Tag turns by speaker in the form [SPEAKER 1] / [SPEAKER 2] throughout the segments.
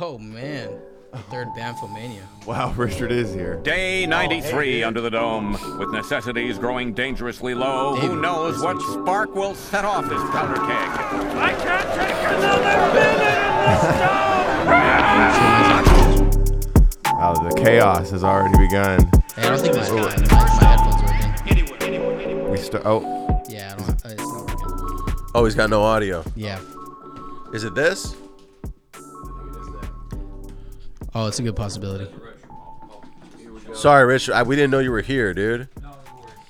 [SPEAKER 1] Oh man, the third band for Mania.
[SPEAKER 2] Wow, Richard is here.
[SPEAKER 3] Oh,
[SPEAKER 4] Day 93 under the dome. With necessities growing dangerously low, who
[SPEAKER 1] David,
[SPEAKER 4] knows what spark will set off this powder keg?
[SPEAKER 5] I can't take another minute in this job.
[SPEAKER 2] Wow, the chaos has already begun.
[SPEAKER 1] Hey, I don't think my, my, my headphones are working.
[SPEAKER 2] We start. Oh,
[SPEAKER 1] Yeah, I don't. Uh, it's not working.
[SPEAKER 6] Oh, he's got no audio.
[SPEAKER 1] Yeah.
[SPEAKER 6] Is it this?
[SPEAKER 1] Oh, it's a good possibility.
[SPEAKER 6] Sorry, Rich. I, we didn't know you were here, dude.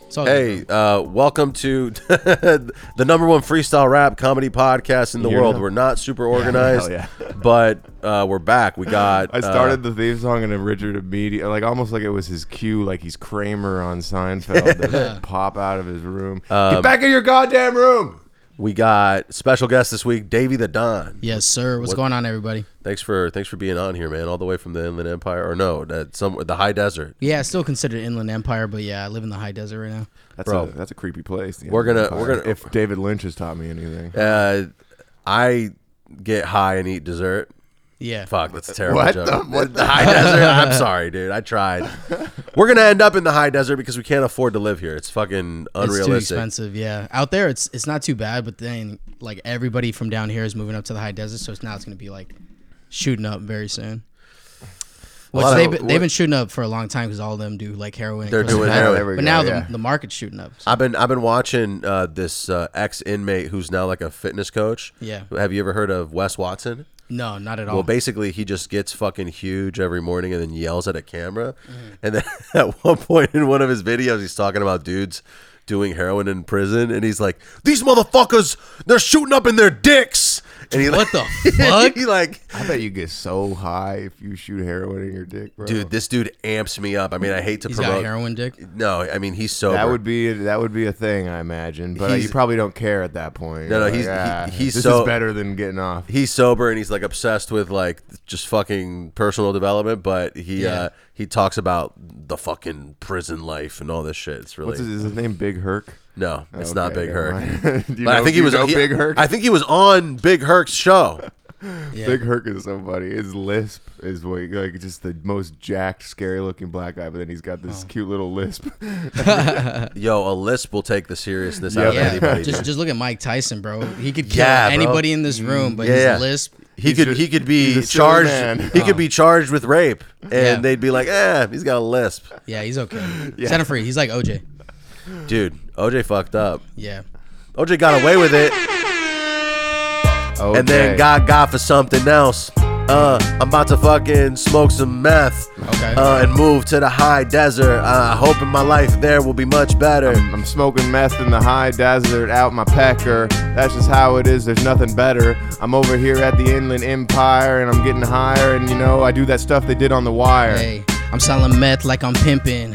[SPEAKER 1] It's all good,
[SPEAKER 6] Hey, uh, welcome to the number one freestyle rap comedy podcast in the
[SPEAKER 2] You're
[SPEAKER 6] world.
[SPEAKER 2] not-
[SPEAKER 6] We're not super organized,
[SPEAKER 2] Hell
[SPEAKER 6] but uh, we're back. We got. uh,
[SPEAKER 2] I started the theme song and then Richard immediately, like almost like it was his cue, like he's Kramer on Seinfeld, that would pop out of his room.
[SPEAKER 6] Um,
[SPEAKER 2] Get back in your goddamn room.
[SPEAKER 6] Uh, we got special guest this week, Davey the Don.
[SPEAKER 1] Yes, sir. What's going on, everybody?
[SPEAKER 6] Thanks for thanks for being on here, man. All the way from the Inland Empire, or no, that some the High Desert.
[SPEAKER 1] Yeah, it's still considered inland empire, but yeah, I live in the high desert right now.
[SPEAKER 2] That's
[SPEAKER 6] Bro.
[SPEAKER 2] a that's a creepy place. the
[SPEAKER 6] We're gonna-
[SPEAKER 2] Empire.
[SPEAKER 6] we're gonna-
[SPEAKER 2] If David Lynch has taught me anything,
[SPEAKER 6] Uh, I get high and eat dessert.
[SPEAKER 1] Yeah.
[SPEAKER 6] Fuck, that's a terrible
[SPEAKER 2] What
[SPEAKER 6] joke.
[SPEAKER 2] the-
[SPEAKER 6] what the high desert? I'm sorry, dude. I tried. We're gonna end up in the high desert because we can't afford to live here. It's fucking
[SPEAKER 1] It's
[SPEAKER 6] unrealistic.
[SPEAKER 1] too expensive, yeah. Out there, it's it's not too bad, but then like everybody from down here is moving up to the high desert, so it's now it's gonna be like shooting up very soon. Which
[SPEAKER 6] lot of-
[SPEAKER 1] they've been,
[SPEAKER 6] what-
[SPEAKER 1] they've been shooting up for a long time because all of them do like heroin. and
[SPEAKER 6] They're
[SPEAKER 1] crystal
[SPEAKER 6] doing
[SPEAKER 1] meth.
[SPEAKER 6] heroin.
[SPEAKER 2] There we
[SPEAKER 1] but
[SPEAKER 2] go,
[SPEAKER 1] now
[SPEAKER 2] yeah.
[SPEAKER 1] the, the market's shooting up. So.
[SPEAKER 6] I've been I've been watching uh, this uh, ex inmate who's now like a fitness coach.
[SPEAKER 1] Yeah. Oh.
[SPEAKER 6] Have you ever heard of Wes Watson?
[SPEAKER 1] No, not at all.
[SPEAKER 6] Well, basically, he just gets fucking huge every morning and then yells at a camera.
[SPEAKER 1] Mm-hmm.
[SPEAKER 6] And then at one point in one of his videos, he's talking about dudes doing heroin in prison, and he's like, "These motherfuckers, they're shooting up in their dicks." And he
[SPEAKER 1] What
[SPEAKER 6] like,
[SPEAKER 1] the fuck?
[SPEAKER 6] he like,
[SPEAKER 2] I bet you get so high if you shoot heroin in your dick, bro.
[SPEAKER 6] dude, this dude amps me up. I mean, I hate to
[SPEAKER 1] He's got
[SPEAKER 6] promote.
[SPEAKER 1] a heroin dick.
[SPEAKER 6] No, I mean he's sober.
[SPEAKER 2] That would be that would be a thing, I imagine. But uh, you
[SPEAKER 6] He's-
[SPEAKER 2] probably don't care at that point.
[SPEAKER 6] No,
[SPEAKER 2] You're
[SPEAKER 6] no,
[SPEAKER 2] like,
[SPEAKER 6] he's- he-
[SPEAKER 2] "Ah,
[SPEAKER 6] he's
[SPEAKER 2] this
[SPEAKER 6] so-
[SPEAKER 2] is better than getting off.
[SPEAKER 6] he's sober and he's like obsessed with like just fucking personal development, but he
[SPEAKER 1] Yeah.
[SPEAKER 6] uh, he talks about the fucking prison life and all this shit. It's really
[SPEAKER 2] What's his, is his name? Big Herc.
[SPEAKER 6] no, it's not
[SPEAKER 2] Okay,
[SPEAKER 6] Big
[SPEAKER 2] never
[SPEAKER 6] Herc.
[SPEAKER 2] mind. Do you know-
[SPEAKER 6] But I think
[SPEAKER 2] do
[SPEAKER 6] he
[SPEAKER 2] you
[SPEAKER 6] was
[SPEAKER 2] know
[SPEAKER 6] on
[SPEAKER 2] Big Herc.
[SPEAKER 6] I think he was on Big Herc's show.
[SPEAKER 1] Yeah.
[SPEAKER 2] Big Herc is somebody. His lisp is what, like just the most jacked, scary looking black guy, but then he's got this cute little lisp.
[SPEAKER 6] Yo, a lisp will take the seriousness out of
[SPEAKER 1] yeah,
[SPEAKER 6] anybody.
[SPEAKER 1] just
[SPEAKER 6] dude.
[SPEAKER 1] just look at Mike Tyson, bro. He could kill
[SPEAKER 6] Yeah, bro.
[SPEAKER 1] anybody in this room, but
[SPEAKER 6] Yeah, yeah.
[SPEAKER 1] his lisp.
[SPEAKER 6] he
[SPEAKER 2] he's
[SPEAKER 6] could
[SPEAKER 2] just-
[SPEAKER 6] he could be
[SPEAKER 2] he's a silly
[SPEAKER 6] charged
[SPEAKER 2] man.
[SPEAKER 6] he could be charged with rape and
[SPEAKER 1] Yeah.
[SPEAKER 6] they'd be like, "Eh, he's got a lisp."
[SPEAKER 1] Yeah, he's okay. Set him free. He's like OJ.
[SPEAKER 6] Dude, OJ fucked up.
[SPEAKER 1] Yeah.
[SPEAKER 6] OJ got away with it and then
[SPEAKER 2] Okay.
[SPEAKER 6] got got for something else. Uh, I'm about to fucking smoke some meth.
[SPEAKER 1] Okay.
[SPEAKER 6] Uh, and move to the high desert. Uh, I hope in my life there will be much better.
[SPEAKER 2] I'm smoking meth in the high desert out my pecker. That's just how it is, there's nothing better. I'm over here at the Inland Empire and I'm getting higher, and you know, I do that stuff they did on The Wire.
[SPEAKER 1] Hey, I'm selling meth like I'm pimping.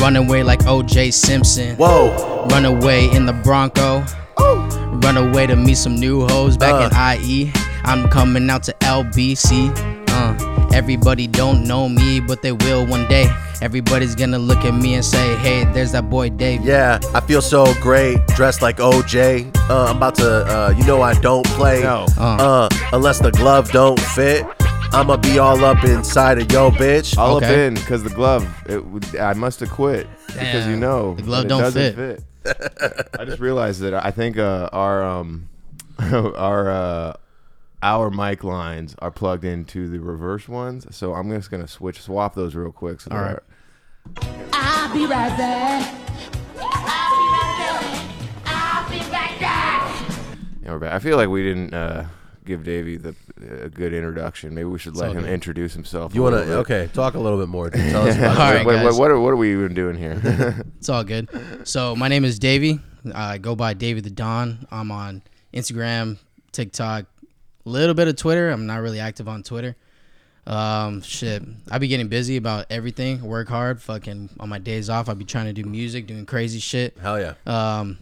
[SPEAKER 1] Run away like OJ Simpson.
[SPEAKER 6] Whoa,
[SPEAKER 1] Run away in the Bronco. Run away to meet some new hoes
[SPEAKER 2] Uh.
[SPEAKER 1] back in IE. I'm coming out to LBC. Uh, everybody don't know me, but they will one day. Everybody's gonna look at me and say, hey, there's that boy Dave.
[SPEAKER 6] yeah, I feel so great, dressed like OJ. Uh, I'm about to, uh, you know, I don't play.
[SPEAKER 2] No.
[SPEAKER 6] Uh, unless the glove don't fit, I'ma be all up inside of yo bitch.
[SPEAKER 2] All up
[SPEAKER 1] Okay.
[SPEAKER 2] in, because the glove, it, would- I must have quit. Because you
[SPEAKER 1] Damn,
[SPEAKER 2] know,
[SPEAKER 1] the glove
[SPEAKER 2] that it
[SPEAKER 1] don't
[SPEAKER 2] doesn't
[SPEAKER 1] fit.
[SPEAKER 2] I just realized that I think uh, our, um, our, uh, our mic lines are plugged into the reverse ones, so I'm just gonna switch swap those real quick. So All
[SPEAKER 1] right.
[SPEAKER 7] I'll be right back. I'll be right back. I'll be right back.
[SPEAKER 2] Yeah, we're back. I feel like we didn't uh, give Davey the a good introduction. Maybe we should let him introduce himself.
[SPEAKER 6] You
[SPEAKER 2] a
[SPEAKER 6] wanna,
[SPEAKER 2] little bit.
[SPEAKER 6] okay, talk a little bit more. Dude. Tell us about
[SPEAKER 1] All
[SPEAKER 2] Wait,
[SPEAKER 1] right,
[SPEAKER 2] wait,
[SPEAKER 1] guys.
[SPEAKER 2] what, are, what are we even doing here?
[SPEAKER 1] It's all good. So my name is Davey. I go by Davey the Don. I'm on Instagram, TikTok, a little bit of Twitter. I'm not really active on Twitter. Um, shit, I be getting busy about everything. Work hard, fucking on my days off. I be trying to do music, doing crazy shit.
[SPEAKER 6] Hell yeah.
[SPEAKER 2] Uh,
[SPEAKER 1] Um,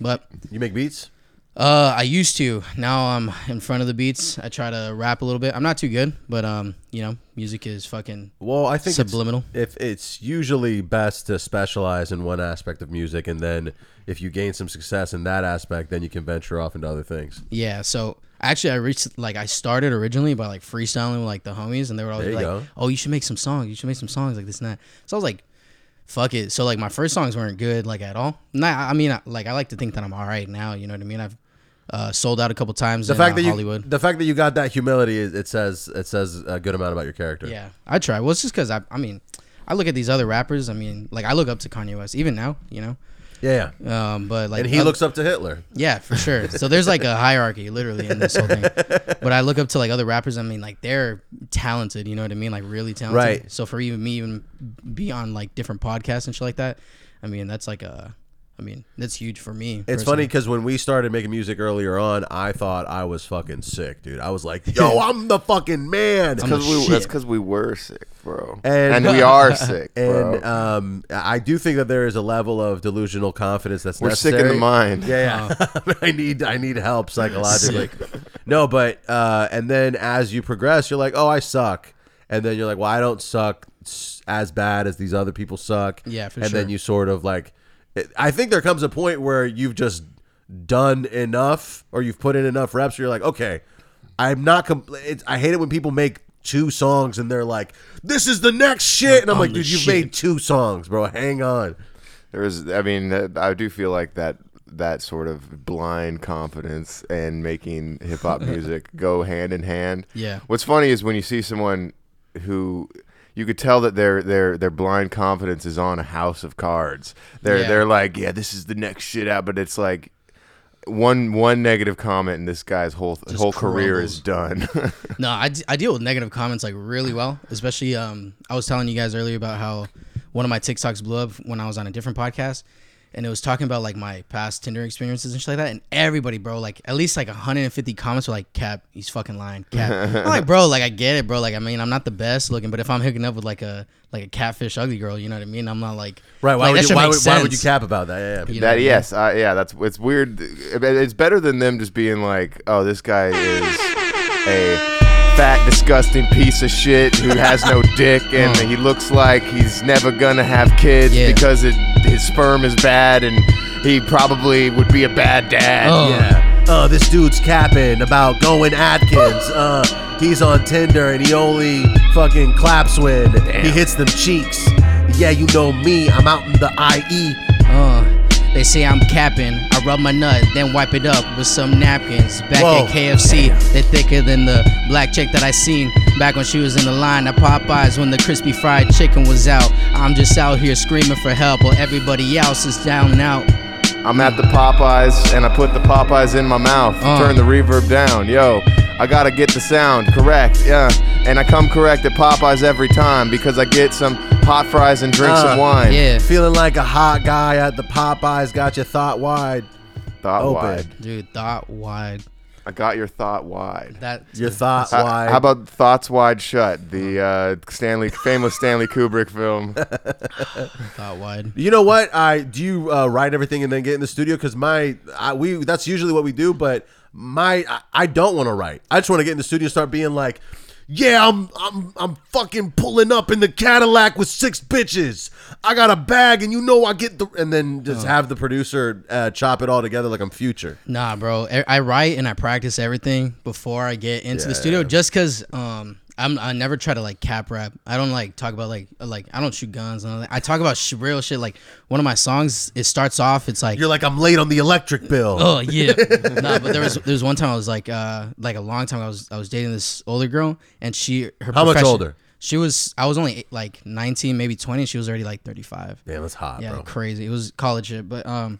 [SPEAKER 1] but
[SPEAKER 6] You make beats?
[SPEAKER 1] uh, I used to. Now I'm in front of the beats. I try to rap a little bit. I'm not too good, but um, you know, music is fucking
[SPEAKER 6] Well, I think it's-
[SPEAKER 1] Subliminal.
[SPEAKER 6] if it's usually best to specialize in one aspect of music, and then if you gain some success in that aspect, then you can venture off into other things.
[SPEAKER 1] Yeah, so Actually, I reached like I started originally by like freestyling with like the homies, and they were always
[SPEAKER 6] There you
[SPEAKER 1] like,
[SPEAKER 6] go.
[SPEAKER 1] "Oh, you should make some songs. You should make some songs like this and that." So I was like, "Fuck it." So like my first songs weren't good like at all. Nah, I I mean, I, like I like to think that I'm all right now. You know what I mean? I've uh, sold out a couple times
[SPEAKER 6] The
[SPEAKER 1] in
[SPEAKER 6] fact
[SPEAKER 1] uh,
[SPEAKER 6] that you,
[SPEAKER 1] Hollywood.
[SPEAKER 6] the fact that you got that humility, is- it says it says a good amount about your character.
[SPEAKER 1] Yeah, I try. Well, it's just because I, I mean, I look at these other rappers. I mean, like I look up to Kanye West even now, you
[SPEAKER 6] yeah, yeah.
[SPEAKER 1] know. Um, but like,
[SPEAKER 6] And he
[SPEAKER 1] oth-
[SPEAKER 6] looks up to Hitler.
[SPEAKER 1] yeah, for sure. So there's like a hierarchy literally in this whole thing. But I look up to like other rappers. I mean, like they're talented. You know what I mean? Like really talented.
[SPEAKER 6] Right.
[SPEAKER 1] So for even me, even be on like different podcasts and shit like that. I mean, that's like a. I mean, that's huge for me.
[SPEAKER 6] It's funny
[SPEAKER 1] personally.
[SPEAKER 6] because when we started making music earlier on, I thought I was fucking sick, dude. I was like, "Yo, I'm the fucking man."
[SPEAKER 1] I'm the
[SPEAKER 2] Cause we, that's
[SPEAKER 1] Oh, shit.
[SPEAKER 2] because we were sick, bro.
[SPEAKER 6] And-
[SPEAKER 2] And, we are sick, bro.
[SPEAKER 6] And um, I do think that there is a level of delusional confidence that's
[SPEAKER 2] We're sick
[SPEAKER 6] necessary.
[SPEAKER 2] in the mind.
[SPEAKER 6] Yeah, yeah.
[SPEAKER 1] Oh.
[SPEAKER 6] I need I need help psychologically. no, but uh, and then as you progress, you're like, oh, I suck, and then you're like, well, I don't suck s- as bad as these other people suck.
[SPEAKER 1] Yeah, for
[SPEAKER 6] and then
[SPEAKER 1] sure.
[SPEAKER 6] you sort of like, it- I think there comes a point where you've just done enough, or you've put in enough reps. Where you're like, okay, I'm not. Compl- it's, I hate it when people make. Two songs and they're like, "This is the next shit," and I'm
[SPEAKER 1] I'm
[SPEAKER 6] like,
[SPEAKER 1] the
[SPEAKER 6] "Dude, you've
[SPEAKER 1] shit."
[SPEAKER 6] made two songs, bro. Hang on."
[SPEAKER 2] There is, I mean, that, I do feel like that that sort of blind confidence and making hip hop music go hand in hand.
[SPEAKER 1] Yeah.
[SPEAKER 2] What's funny is when you see someone who you could tell that their their their blind confidence is on a house of cards. They're
[SPEAKER 1] Yeah.
[SPEAKER 2] they're like, yeah, this is the next shit out, but it's like one one negative comment and this guy's whole whole career is done.
[SPEAKER 1] No, I, d- I deal with negative comments like really well, especially um I was telling you guys earlier about how one of my TikToks blew up when I was on a different podcast and it was talking about like my past Tinder experiences and shit like that and everybody, bro, like at least like 150 comments were like cap, he's fucking lying. Cap. I'm like, bro, like I get it, bro. Like I mean, I'm not the best looking, but if I'm hooking up with like a like a catfish ugly girl, you know what I mean? I'm not like
[SPEAKER 6] Right?
[SPEAKER 1] like, that
[SPEAKER 6] Why, would, you,
[SPEAKER 1] shit
[SPEAKER 6] why, would,
[SPEAKER 1] makes
[SPEAKER 6] why would you
[SPEAKER 1] sense.
[SPEAKER 6] cap about that? Yeah, yeah.
[SPEAKER 1] You know what I
[SPEAKER 2] that
[SPEAKER 1] mean?
[SPEAKER 2] yes, uh, yeah, that's it's weird. It- It's better than them just being like, "Oh, this guy is a fat, disgusting piece of shit who has no dick, and he looks like he's never gonna have kids
[SPEAKER 1] Mm. Yeah.
[SPEAKER 2] because it, his sperm is bad, and he probably would be a bad dad."
[SPEAKER 1] Oh.
[SPEAKER 6] Yeah. Uh, this dude's capping about going Atkins. Uh, he's on Tinder and he only fucking claps when he hits them cheeks. Yeah, you know me. I'm out in the E. IE.
[SPEAKER 1] Uh, they say I'm capping. I rub my nut, then wipe it up with some napkins. Back
[SPEAKER 6] Whoa.
[SPEAKER 1] at KFC, they thicker than the black chick that I seen. Back when she was in the line at Popeyes when the crispy fried chicken was out. I'm just out here screaming for help while everybody else is down and out.
[SPEAKER 2] I'm at the Popeyes and I put the Popeyes in my mouth.
[SPEAKER 1] Uh.
[SPEAKER 2] Turn the reverb down, yo. I gotta get the sound correct, yeah. And I come correct at Popeyes every time because I get some hot fries and drink some
[SPEAKER 6] Uh,
[SPEAKER 2] wine.
[SPEAKER 1] Yeah,
[SPEAKER 6] Feeling like a hot guy at the Popeyes. Got your thought wide.
[SPEAKER 2] Thought
[SPEAKER 6] Open.
[SPEAKER 2] wide.
[SPEAKER 1] dude, thought wide.
[SPEAKER 2] I got your thought wide.
[SPEAKER 1] That
[SPEAKER 6] Your thought
[SPEAKER 2] How-
[SPEAKER 6] wide.
[SPEAKER 2] How about thoughts wide shut? The uh, Stanley, famous Stanley Kubrick film.
[SPEAKER 1] thought wide.
[SPEAKER 6] You know what? I do you uh, write everything and then get in the studio because my I, we that's usually what we do, but my I, I don't want to write. I just want to get in the studio and start being like, yeah, I'm I'm I'm fucking pulling up in the Cadillac with six bitches. I got a bag, and you know I get the and then just
[SPEAKER 1] Oh.
[SPEAKER 6] have the producer uh, chop it all together like I'm future.
[SPEAKER 1] Nah, bro. E, I I write and I practice everything before I get into the studio, just cause um I'm I never try to like cap rap. I don't like talk about like uh, like I don't shoot guns and all that. I talk about sh- real shit. Like one of my songs, it starts off. It's like
[SPEAKER 6] You're like I'm late on the electric bill.
[SPEAKER 1] Oh yeah. no, but there was there was one time I was like uh like a long time I was I was dating this older girl and she her
[SPEAKER 6] How much
[SPEAKER 1] profession-
[SPEAKER 6] older?
[SPEAKER 1] She was I was only like 19 maybe 20 and she was already like 35.
[SPEAKER 6] Damn, that's hot,
[SPEAKER 1] Yeah,
[SPEAKER 6] bro.
[SPEAKER 1] crazy. It was college shit, but um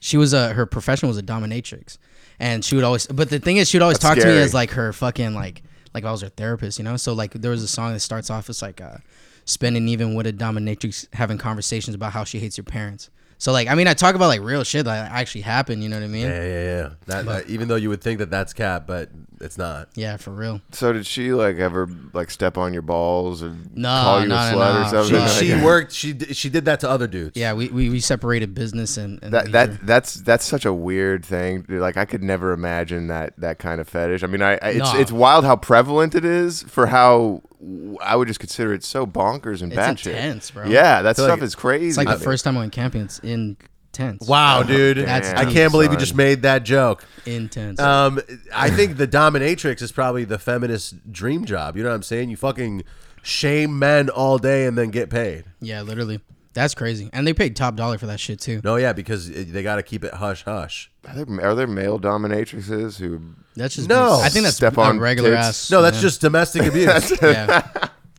[SPEAKER 1] she was a her profession was a dominatrix and she would always but the thing is she would always
[SPEAKER 2] That's
[SPEAKER 1] talk to me
[SPEAKER 2] scary.
[SPEAKER 1] as like her fucking like like I was her therapist, you know? So like there was a song that starts off as like uh spending even with a dominatrix having conversations about how she hates your parents. So like I mean I talk about like real shit that actually happened, you know what I mean?
[SPEAKER 6] Yeah, yeah, yeah. That, that, even though you would think that that's cap, but it's not.
[SPEAKER 1] Yeah, for real.
[SPEAKER 2] so did she like ever like step on your balls or
[SPEAKER 1] No,
[SPEAKER 2] call you
[SPEAKER 1] no,
[SPEAKER 2] a
[SPEAKER 1] no,
[SPEAKER 2] slut
[SPEAKER 1] no.
[SPEAKER 2] or something?
[SPEAKER 6] She,
[SPEAKER 2] Like,
[SPEAKER 6] she worked. She d- she did that to other dudes.
[SPEAKER 1] Yeah, we, we, we separated business and, and
[SPEAKER 2] that
[SPEAKER 1] leisure.
[SPEAKER 2] that that's that's such a weird thing. dude. Like I could never imagine that that kind of fetish. I mean, I, I it's
[SPEAKER 1] Nah.
[SPEAKER 2] it's wild how prevalent it is for how w- I would just consider it so bonkers and
[SPEAKER 1] It's
[SPEAKER 2] batshit.
[SPEAKER 1] intense, bro.
[SPEAKER 2] Yeah, that stuff
[SPEAKER 6] like-
[SPEAKER 2] is crazy.
[SPEAKER 1] it's like
[SPEAKER 2] I
[SPEAKER 1] the
[SPEAKER 2] mean,
[SPEAKER 1] first time I went camping. It's in Intense.
[SPEAKER 6] Wow, dude.
[SPEAKER 1] That's
[SPEAKER 6] I
[SPEAKER 1] deep,
[SPEAKER 6] can't believe you
[SPEAKER 2] son.
[SPEAKER 6] just made that joke.
[SPEAKER 1] Intense.
[SPEAKER 2] Uh,
[SPEAKER 6] Um, I think the dominatrix is probably the feminist dream job. You know what I'm saying? You fucking shame men all day and then get paid.
[SPEAKER 1] yeah, literally. That's crazy. And they paid top dollar for that shit too.
[SPEAKER 6] No, yeah, because it- they got to keep it hush hush.
[SPEAKER 2] Are there, are there male dominatrixes who?
[SPEAKER 1] That's just
[SPEAKER 6] No.
[SPEAKER 1] I think that's
[SPEAKER 2] Step
[SPEAKER 1] a
[SPEAKER 2] on
[SPEAKER 1] regular
[SPEAKER 2] tits.
[SPEAKER 1] ass.
[SPEAKER 6] No, that's
[SPEAKER 1] yeah.
[SPEAKER 6] just domestic abuse.
[SPEAKER 1] yeah.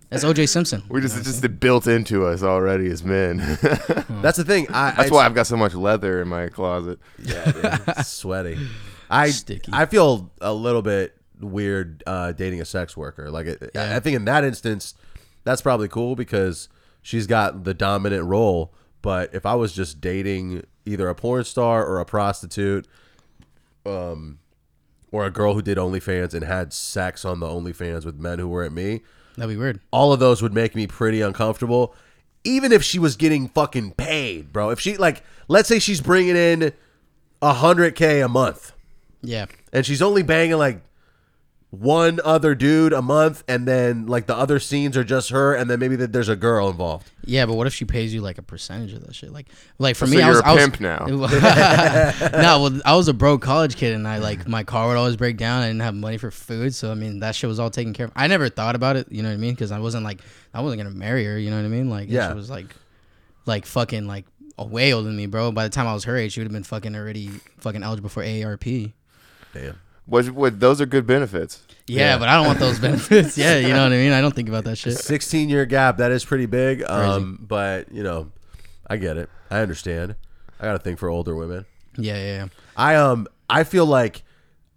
[SPEAKER 1] That's OJ Simpson.
[SPEAKER 2] We just it's just built into us already as men. That's
[SPEAKER 6] That's the thing. I, I,
[SPEAKER 2] why I've got so much leather in my closet.
[SPEAKER 6] It's sweaty. I
[SPEAKER 1] Sticky.
[SPEAKER 6] I feel a little bit weird uh, dating a sex worker. Like it, I, I think in that instance, that's probably cool because she's got the dominant role. But if I was just dating either a porn star or a prostitute, um, or a girl who did OnlyFans and had sex on the OnlyFans with men who were at me,
[SPEAKER 1] That'd be weird.
[SPEAKER 6] all of those would make me pretty uncomfortable. Even if she was getting fucking paid, bro. If she like, let's say she's bringing in a hundred k a month,
[SPEAKER 1] Yeah.
[SPEAKER 6] and she's only banging like one other dude a month, and then like the other scenes are just her, and then maybe that there's a girl involved.
[SPEAKER 1] Yeah, but what if she pays you like a percentage of that shit? Like, like for me,
[SPEAKER 2] you're
[SPEAKER 1] I was
[SPEAKER 2] a
[SPEAKER 1] I was-
[SPEAKER 2] pimp now.
[SPEAKER 1] no, well, I was a broke college kid, and I like my car would always break down. I didn't have money for food, so I mean that shit was all taken care of. I never thought about it, you know what I mean? Because I wasn't like I wasn't gonna marry her, you know what I mean? Like,
[SPEAKER 6] Yeah.
[SPEAKER 1] she was like, like fucking like a way older than me, bro. By the time I was her age, she would have been fucking already fucking eligible for AARP.
[SPEAKER 6] Damn.
[SPEAKER 2] What, what, those are good benefits.
[SPEAKER 1] Yeah, but I don't want those benefits. yeah, you know what I mean? I don't think about that shit.
[SPEAKER 6] 16 year gap that is pretty big um but you know i get it i understand i got a thing for older women
[SPEAKER 1] Yeah, yeah, yeah.
[SPEAKER 6] I um I feel like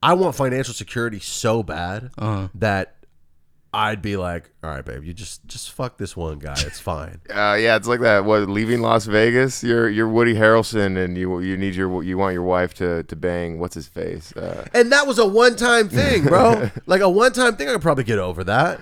[SPEAKER 6] I want financial security so bad
[SPEAKER 1] Uh-huh.
[SPEAKER 6] that I'd be like, all right, babe, you just just fuck this one guy. It's fine.
[SPEAKER 2] Uh, yeah, it's like that. What leaving Las Vegas? You're you're Woody Harrelson, and you you need your you want your wife to to bang what's his face? Uh,
[SPEAKER 6] and that was a one time thing, bro. like a one time thing. I could probably get over that.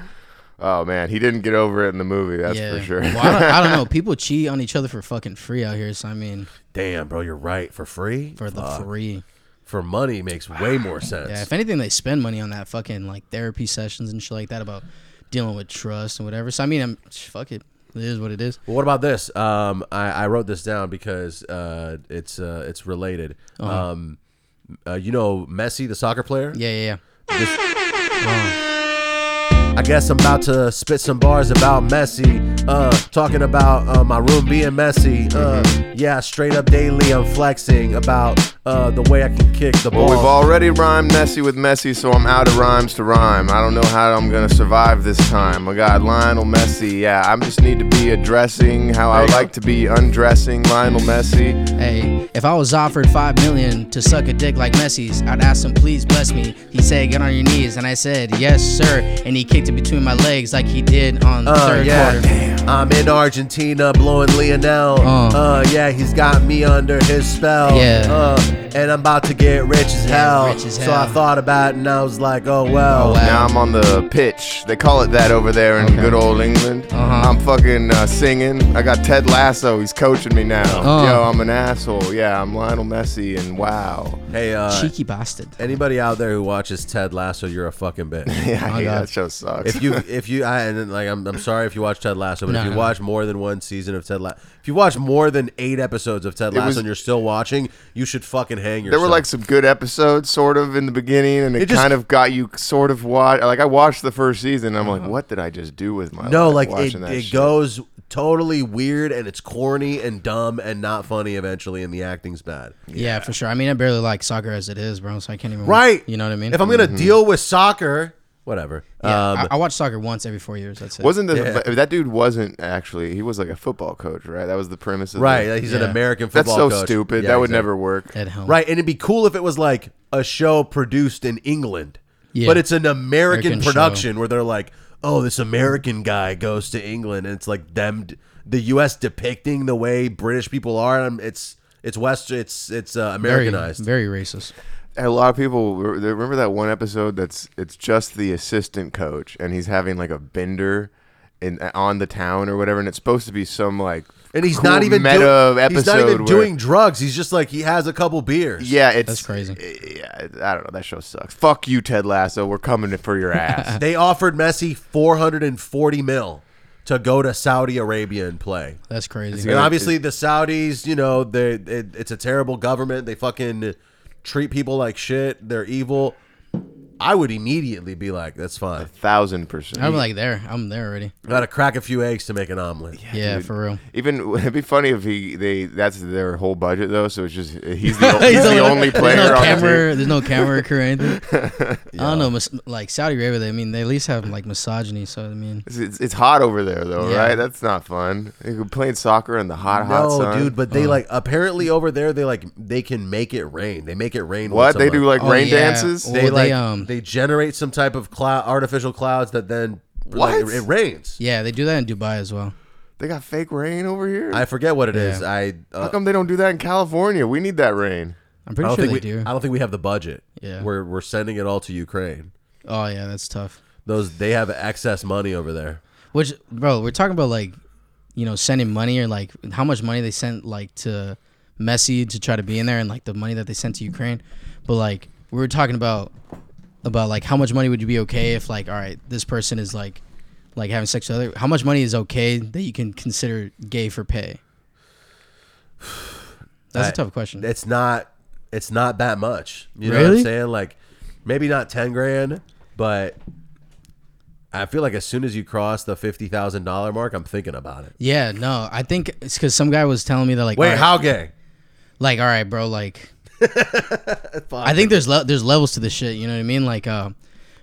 [SPEAKER 2] oh man, he didn't get over it in the movie. That's
[SPEAKER 1] yeah.
[SPEAKER 2] for sure.
[SPEAKER 1] Well, I, don't, I don't know. People cheat on each other for fucking free out here. So I mean,
[SPEAKER 6] Damn, bro, you're right. For free,
[SPEAKER 1] for the
[SPEAKER 6] Fuck.
[SPEAKER 1] free.
[SPEAKER 6] for money makes way more sense.
[SPEAKER 1] Yeah, if anything, they spend money on that fucking like therapy sessions and shit like that about dealing with trust and whatever. So I mean, I'm fuck it. It is what it is.
[SPEAKER 6] Well, what about this? Um, I, I wrote this down because uh, it's uh, it's related.
[SPEAKER 1] Uh-huh.
[SPEAKER 6] Um, uh, you know Messi, the soccer player.
[SPEAKER 1] Yeah, yeah, yeah.
[SPEAKER 6] I guess I'm about to spit some bars about Messi. Uh, talking about uh, my room being messy. Uh,
[SPEAKER 1] Mm-hmm.
[SPEAKER 6] yeah, straight up daily I'm flexing about uh, the way I can kick the
[SPEAKER 2] Well,
[SPEAKER 6] ball.
[SPEAKER 2] we've already rhymed messy with Messi, so I'm out of rhymes to rhyme. I don't know how I'm gonna survive this time. I got Lionel Messi. Yeah, I just need to be addressing how I like to be undressing Lionel Messi.
[SPEAKER 1] Hey, if I was offered five million to suck a dick like Messi's, I'd ask him, please bless me. He said, get on your knees, and I said, yes, sir. And he kicked it between my legs like he did on the
[SPEAKER 6] Uh,
[SPEAKER 1] third
[SPEAKER 6] yeah.
[SPEAKER 1] quarter.
[SPEAKER 6] I'm in Argentina blowing Lionel.
[SPEAKER 1] Oh.
[SPEAKER 6] Uh, yeah, he's got me under his spell.
[SPEAKER 1] Yeah.
[SPEAKER 6] Uh, and I'm about to get rich as, hell.
[SPEAKER 1] rich as
[SPEAKER 6] So I
[SPEAKER 1] hell.
[SPEAKER 6] thought about it and I was like, oh well.
[SPEAKER 1] Oh, wow.
[SPEAKER 2] Now I'm on the pitch. They call it that over there in good old England.
[SPEAKER 6] Uh-huh.
[SPEAKER 2] I'm fucking uh, singing. I got Ted Lasso. He's coaching me now.
[SPEAKER 6] Oh.
[SPEAKER 1] Uh.
[SPEAKER 2] Yo, I'm an asshole. Yeah, I'm Lionel Messi, and wow.
[SPEAKER 6] Hey, uh,
[SPEAKER 1] Cheeky bastard.
[SPEAKER 6] anybody out there who watches Ted Lasso, you're a fucking bitch.
[SPEAKER 2] Yeah, I hate
[SPEAKER 1] God.
[SPEAKER 2] that show sucks.
[SPEAKER 6] if you if you I, and then, like I'm, I'm sorry if you watch Ted Lasso, but
[SPEAKER 1] No,
[SPEAKER 6] if you
[SPEAKER 1] no, no.
[SPEAKER 6] watch more than one season of Ted Lasso, if you watch more than eight episodes of Ed Lasso
[SPEAKER 2] was-
[SPEAKER 6] and you're still watching, you should fucking hang
[SPEAKER 2] There
[SPEAKER 6] yourself.
[SPEAKER 2] were like some good episodes, sort of, in the beginning, and it,
[SPEAKER 6] It just-
[SPEAKER 2] kind of got you sort of watch. Like I watched the first season, and I'm like, what did I just do with my
[SPEAKER 6] Uh-huh. no,
[SPEAKER 2] life
[SPEAKER 6] like it,
[SPEAKER 2] watching that
[SPEAKER 6] it
[SPEAKER 2] shit?
[SPEAKER 6] goes totally weird and it's corny and dumb and not funny eventually, and the acting's bad.
[SPEAKER 1] Yeah, for sure. I mean, I barely like soccer as it is, bro. So I can't even.
[SPEAKER 6] Right?
[SPEAKER 1] You know what I mean?
[SPEAKER 6] If I'm gonna
[SPEAKER 2] Mm-hmm.
[SPEAKER 6] deal with soccer, whatever.
[SPEAKER 1] Yeah,
[SPEAKER 6] um,
[SPEAKER 1] I, I watch soccer once every four years. That's it.
[SPEAKER 2] Wasn't the but that dude wasn't actually? He was like a football coach, right? That was the premise. Of
[SPEAKER 6] right,
[SPEAKER 2] the-
[SPEAKER 6] he's
[SPEAKER 1] Yeah.
[SPEAKER 6] an American
[SPEAKER 2] That's
[SPEAKER 6] football.
[SPEAKER 2] so
[SPEAKER 6] coach.
[SPEAKER 2] stupid.
[SPEAKER 6] Yeah,
[SPEAKER 2] that would
[SPEAKER 6] exactly.
[SPEAKER 2] never work.
[SPEAKER 1] Ed Helm?
[SPEAKER 6] Right, and it'd be cool if it was like a show produced in England,
[SPEAKER 1] Yeah.
[SPEAKER 6] but it's an American,
[SPEAKER 1] American
[SPEAKER 6] production where they're like, "Oh, this American guy goes to England," and it's like them, the U.S. depicting the way British people are. And it's it's West, it's it's uh,
[SPEAKER 1] Very,
[SPEAKER 6] Americanized.
[SPEAKER 1] very racist.
[SPEAKER 2] A lot of people re- they remember that one episode that's it's just the assistant coach, and he's having like a bender. In, on the town or whatever, and it's supposed to be some like
[SPEAKER 6] and he's
[SPEAKER 2] cool
[SPEAKER 6] not even
[SPEAKER 2] meta
[SPEAKER 6] doing,
[SPEAKER 2] episode
[SPEAKER 6] he's not even
[SPEAKER 2] where-
[SPEAKER 6] doing drugs. He's just like he has a couple beers.
[SPEAKER 2] Yeah, it's eh,
[SPEAKER 1] That's crazy.
[SPEAKER 2] Yeah, I don't know. That show sucks. Fuck you, Ted Lasso. We're coming for your ass.
[SPEAKER 6] They offered Messi 440 mil to go to Saudi Arabia and play.
[SPEAKER 1] That's crazy.
[SPEAKER 6] And obviously, the Saudis, you know, they it, it's a terrible government. They fucking treat people like shit. They're evil. I would immediately be like, "That's fine."
[SPEAKER 2] Thousand percent.
[SPEAKER 1] I'm like there. I'm there already.
[SPEAKER 6] I gotta crack a few eggs to make an omelet.
[SPEAKER 1] Yeah, for real.
[SPEAKER 2] Even it'd be funny if he they that's their whole budget though. So it's just he's the, he's
[SPEAKER 1] There's
[SPEAKER 2] the
[SPEAKER 1] no-
[SPEAKER 2] only player
[SPEAKER 1] There's no
[SPEAKER 2] on
[SPEAKER 1] camera. there's no camera crew or anything. I don't know. Mas- like Saudi Arabia, they, I mean, they at least have like misogyny. So I mean,
[SPEAKER 2] the team. It's, it's hot over there though,
[SPEAKER 1] Yeah.
[SPEAKER 2] right? That's not fun. You're playing soccer in the hot, hot
[SPEAKER 6] no,
[SPEAKER 2] sun.
[SPEAKER 6] dude, but
[SPEAKER 2] Uh-huh.
[SPEAKER 6] they like apparently over there they like they can make it rain. They make it rain. once
[SPEAKER 2] what
[SPEAKER 6] a
[SPEAKER 2] they do like
[SPEAKER 6] month.
[SPEAKER 1] Oh,
[SPEAKER 2] rain
[SPEAKER 1] yeah.
[SPEAKER 2] dances?
[SPEAKER 1] Well,
[SPEAKER 6] they
[SPEAKER 1] they,
[SPEAKER 6] like they,
[SPEAKER 1] um,
[SPEAKER 6] generate some type of cloud, artificial clouds that then
[SPEAKER 2] What?
[SPEAKER 6] like, it rains.
[SPEAKER 1] yeah, they do that in Dubai as well.
[SPEAKER 2] They got fake rain over here.
[SPEAKER 6] I forget what it is.
[SPEAKER 1] Yeah.
[SPEAKER 6] I
[SPEAKER 2] How
[SPEAKER 6] uh,
[SPEAKER 2] come they don't do that in California? We need that rain.
[SPEAKER 1] I'm
[SPEAKER 6] I
[SPEAKER 1] pretty
[SPEAKER 6] don't
[SPEAKER 1] sure
[SPEAKER 6] think
[SPEAKER 1] they
[SPEAKER 6] we
[SPEAKER 1] do.
[SPEAKER 6] I don't think we have the budget.
[SPEAKER 1] Yeah.
[SPEAKER 6] we're we're sending it all to Ukraine.
[SPEAKER 1] Oh yeah, that's tough.
[SPEAKER 6] Those they have excess money over there.
[SPEAKER 1] Which, bro, we're talking about like, you know, sending money or like how much money they sent like to Messi to try to be in there, and like the money that they sent to Ukraine. But like we were talking about about like how much money would you be okay if like all right, this person is like like having sex with other. How much money is okay that you can consider gay for pay? That's a
[SPEAKER 6] I-
[SPEAKER 1] tough question.
[SPEAKER 6] It's not it's not that much. You know what
[SPEAKER 1] Really?
[SPEAKER 6] I'm saying? Like maybe not ten grand, but I feel like as soon as you cross the fifty thousand dollar mark, I'm thinking about it.
[SPEAKER 1] yeah, no, I think it's because some guy was telling me that like
[SPEAKER 6] Wait,
[SPEAKER 1] all right,
[SPEAKER 6] how gay?
[SPEAKER 1] like all right bro like i think there's le- there's levels to this shit you know what i mean like uh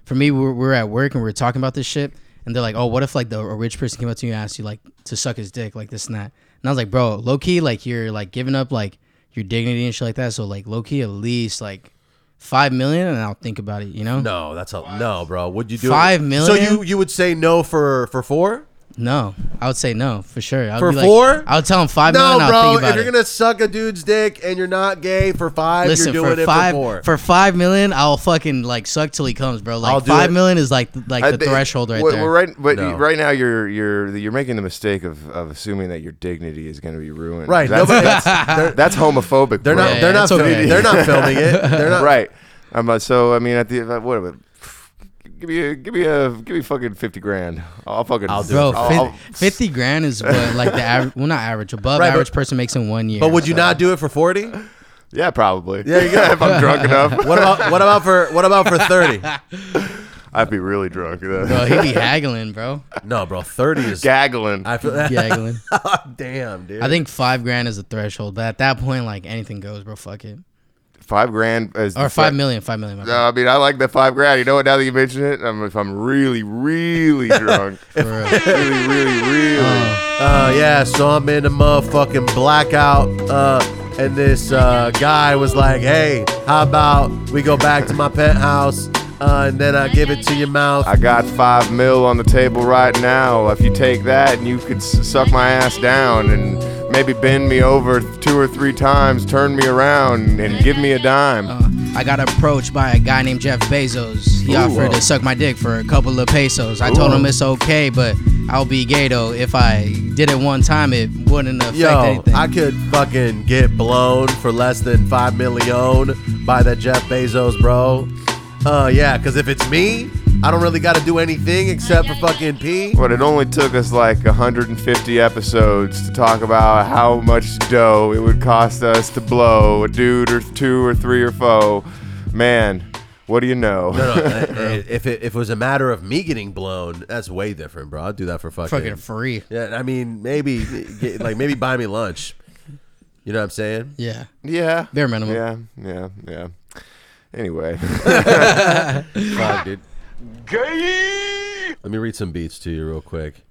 [SPEAKER 1] for me we we're, we we're at work and we we're talking about this shit and they're like oh what if like the a rich person came up to you and asked you like to suck his dick like this and that and i was like bro low-key like you're like giving up like your dignity and shit like that so like low-key at least like five million and i'll think about it you know
[SPEAKER 6] No, that's a no, bro. Would you do
[SPEAKER 1] Five
[SPEAKER 6] it?
[SPEAKER 1] million?
[SPEAKER 6] So you you would say no for for four?
[SPEAKER 1] no i would say no for sure I'd
[SPEAKER 6] For
[SPEAKER 1] be like-
[SPEAKER 6] four?
[SPEAKER 1] i would tell him five million.
[SPEAKER 6] No,
[SPEAKER 1] i'll
[SPEAKER 6] bro.
[SPEAKER 1] think about
[SPEAKER 6] If you're
[SPEAKER 1] it.
[SPEAKER 6] gonna suck a dude's dick and you're not gay for five,
[SPEAKER 1] Listen,
[SPEAKER 6] you're doing
[SPEAKER 1] for
[SPEAKER 6] it
[SPEAKER 1] five
[SPEAKER 6] for four.
[SPEAKER 1] five million, I'll fucking like suck till he comes, bro. Like
[SPEAKER 6] I'll
[SPEAKER 1] five
[SPEAKER 6] do
[SPEAKER 1] million
[SPEAKER 6] it.
[SPEAKER 1] is like th- like
[SPEAKER 2] I-
[SPEAKER 1] the
[SPEAKER 2] they-
[SPEAKER 1] threshold right
[SPEAKER 2] we're,
[SPEAKER 1] there.
[SPEAKER 2] we're right, but
[SPEAKER 6] No.
[SPEAKER 2] right now you're you're you're making the mistake of, of assuming that your dignity is going to be ruined.
[SPEAKER 6] Right,
[SPEAKER 2] That's,
[SPEAKER 6] nobody-
[SPEAKER 2] that's, that's homophobic.
[SPEAKER 6] they're not
[SPEAKER 2] bro.
[SPEAKER 1] Yeah,
[SPEAKER 6] they're not
[SPEAKER 1] it's okay.
[SPEAKER 6] filming, they're not filming it. They're not
[SPEAKER 2] right. I'm uh, so I mean at the uh, what give me a give me a give me fucking fifty grand. I'll fucking
[SPEAKER 6] I'll do
[SPEAKER 1] Bro,
[SPEAKER 6] it.
[SPEAKER 2] I'll-
[SPEAKER 1] fif-
[SPEAKER 2] I'll-
[SPEAKER 1] 50 grand is what like the average, well, not average, above
[SPEAKER 6] Right, but-
[SPEAKER 1] average person makes in one year.
[SPEAKER 6] But would you not do it for forty?
[SPEAKER 2] yeah, probably.
[SPEAKER 6] There you go.
[SPEAKER 2] if I'm drunk enough,
[SPEAKER 6] What about what about for what about for thirty?
[SPEAKER 2] I'd be really drunk.
[SPEAKER 1] bro, he'd be haggling, bro.
[SPEAKER 6] No, bro, thirty is.
[SPEAKER 2] Gaggling.
[SPEAKER 6] I feel that.
[SPEAKER 1] Gaggling.
[SPEAKER 6] Damn, dude.
[SPEAKER 1] I think five grand is the threshold, but at that point, like anything goes, bro. Fuck it.
[SPEAKER 2] Five grand is
[SPEAKER 1] Or
[SPEAKER 2] the
[SPEAKER 1] five
[SPEAKER 2] fir-
[SPEAKER 1] million, five million. My
[SPEAKER 2] No,
[SPEAKER 1] bad.
[SPEAKER 2] I mean I like the five grand. You know what? Now that you mention it, I'm, if I'm really, really drunk,
[SPEAKER 1] For real.
[SPEAKER 2] really, really, really,
[SPEAKER 6] Uh, yeah, so I'm in a motherfucking blackout. Uh, and this uh, guy was like, hey, how about we go back to my penthouse uh, and then I give it to your mouth?
[SPEAKER 2] I got five mil on the table right now. If you take that and you could s- suck my ass down and maybe bend me over two or three times, turn me around, and give me a dime.
[SPEAKER 1] Uh, I got approached by a guy named Jeff Bezos. He
[SPEAKER 6] Ooh.
[SPEAKER 1] offered to suck my dick for a couple of pesos. I told him it's okay, but I'll be gay though. If I did it one time, it wouldn't affect
[SPEAKER 6] Yo,
[SPEAKER 1] anything.
[SPEAKER 6] I could fucking get blown for less than five million by that Jeff Bezos, bro. Uh, yeah, because if it's me, I don't really got to do anything except for fucking pee.
[SPEAKER 2] But it only took us like 150 episodes to talk about how much dough it would cost us to blow a dude or two or three or four. Man, what do you know?
[SPEAKER 6] No, no, uh, uh, if, it, if it was a matter of me getting blown, that's way different, bro. I'd do that for
[SPEAKER 1] fucking free.
[SPEAKER 6] Yeah, I mean, maybe get, like maybe buy me lunch. You know what I'm saying?
[SPEAKER 1] Yeah.
[SPEAKER 2] yeah.
[SPEAKER 1] Bare minimum.
[SPEAKER 2] Yeah, yeah, yeah. Anyway,
[SPEAKER 6] Fuck, dude. Let me read some beats to you real quick.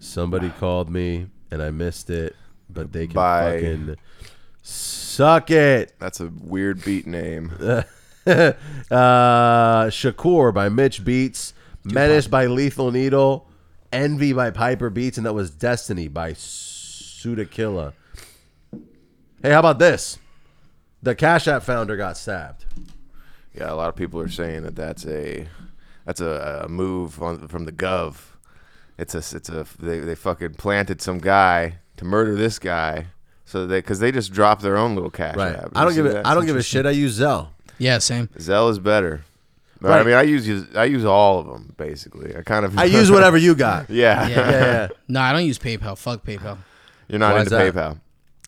[SPEAKER 6] Somebody called me and I missed it, but they can
[SPEAKER 2] Bye.
[SPEAKER 6] fucking suck it.
[SPEAKER 2] that's a weird beat name.
[SPEAKER 6] uh, Shakur by Mitch Beats, Menace by Lethal Needle, Envy by Piper Beats, and that was Destiny by Sudakilla. Hey, how about this? The Cash App founder got stabbed.
[SPEAKER 2] Yeah, a lot of people are saying that that's a that's a, a move on, from the gov. It's a it's a they, they fucking planted some guy to murder this guy so that they because they just dropped their own little cash
[SPEAKER 6] Right.
[SPEAKER 2] app.
[SPEAKER 6] I
[SPEAKER 2] You
[SPEAKER 6] don't
[SPEAKER 2] see
[SPEAKER 6] give a
[SPEAKER 2] that?
[SPEAKER 6] I don't give a shit. I use Zelle.
[SPEAKER 1] Yeah, same.
[SPEAKER 2] Zelle is better. But I mean, I use- use I use all of them basically. I kind of
[SPEAKER 6] I use whatever you got.
[SPEAKER 2] yeah.
[SPEAKER 1] Yeah.
[SPEAKER 6] Yeah, yeah.
[SPEAKER 1] No, I don't use PayPal. Fuck PayPal.
[SPEAKER 2] You're not
[SPEAKER 6] Why is
[SPEAKER 2] into
[SPEAKER 6] that?
[SPEAKER 2] PayPal.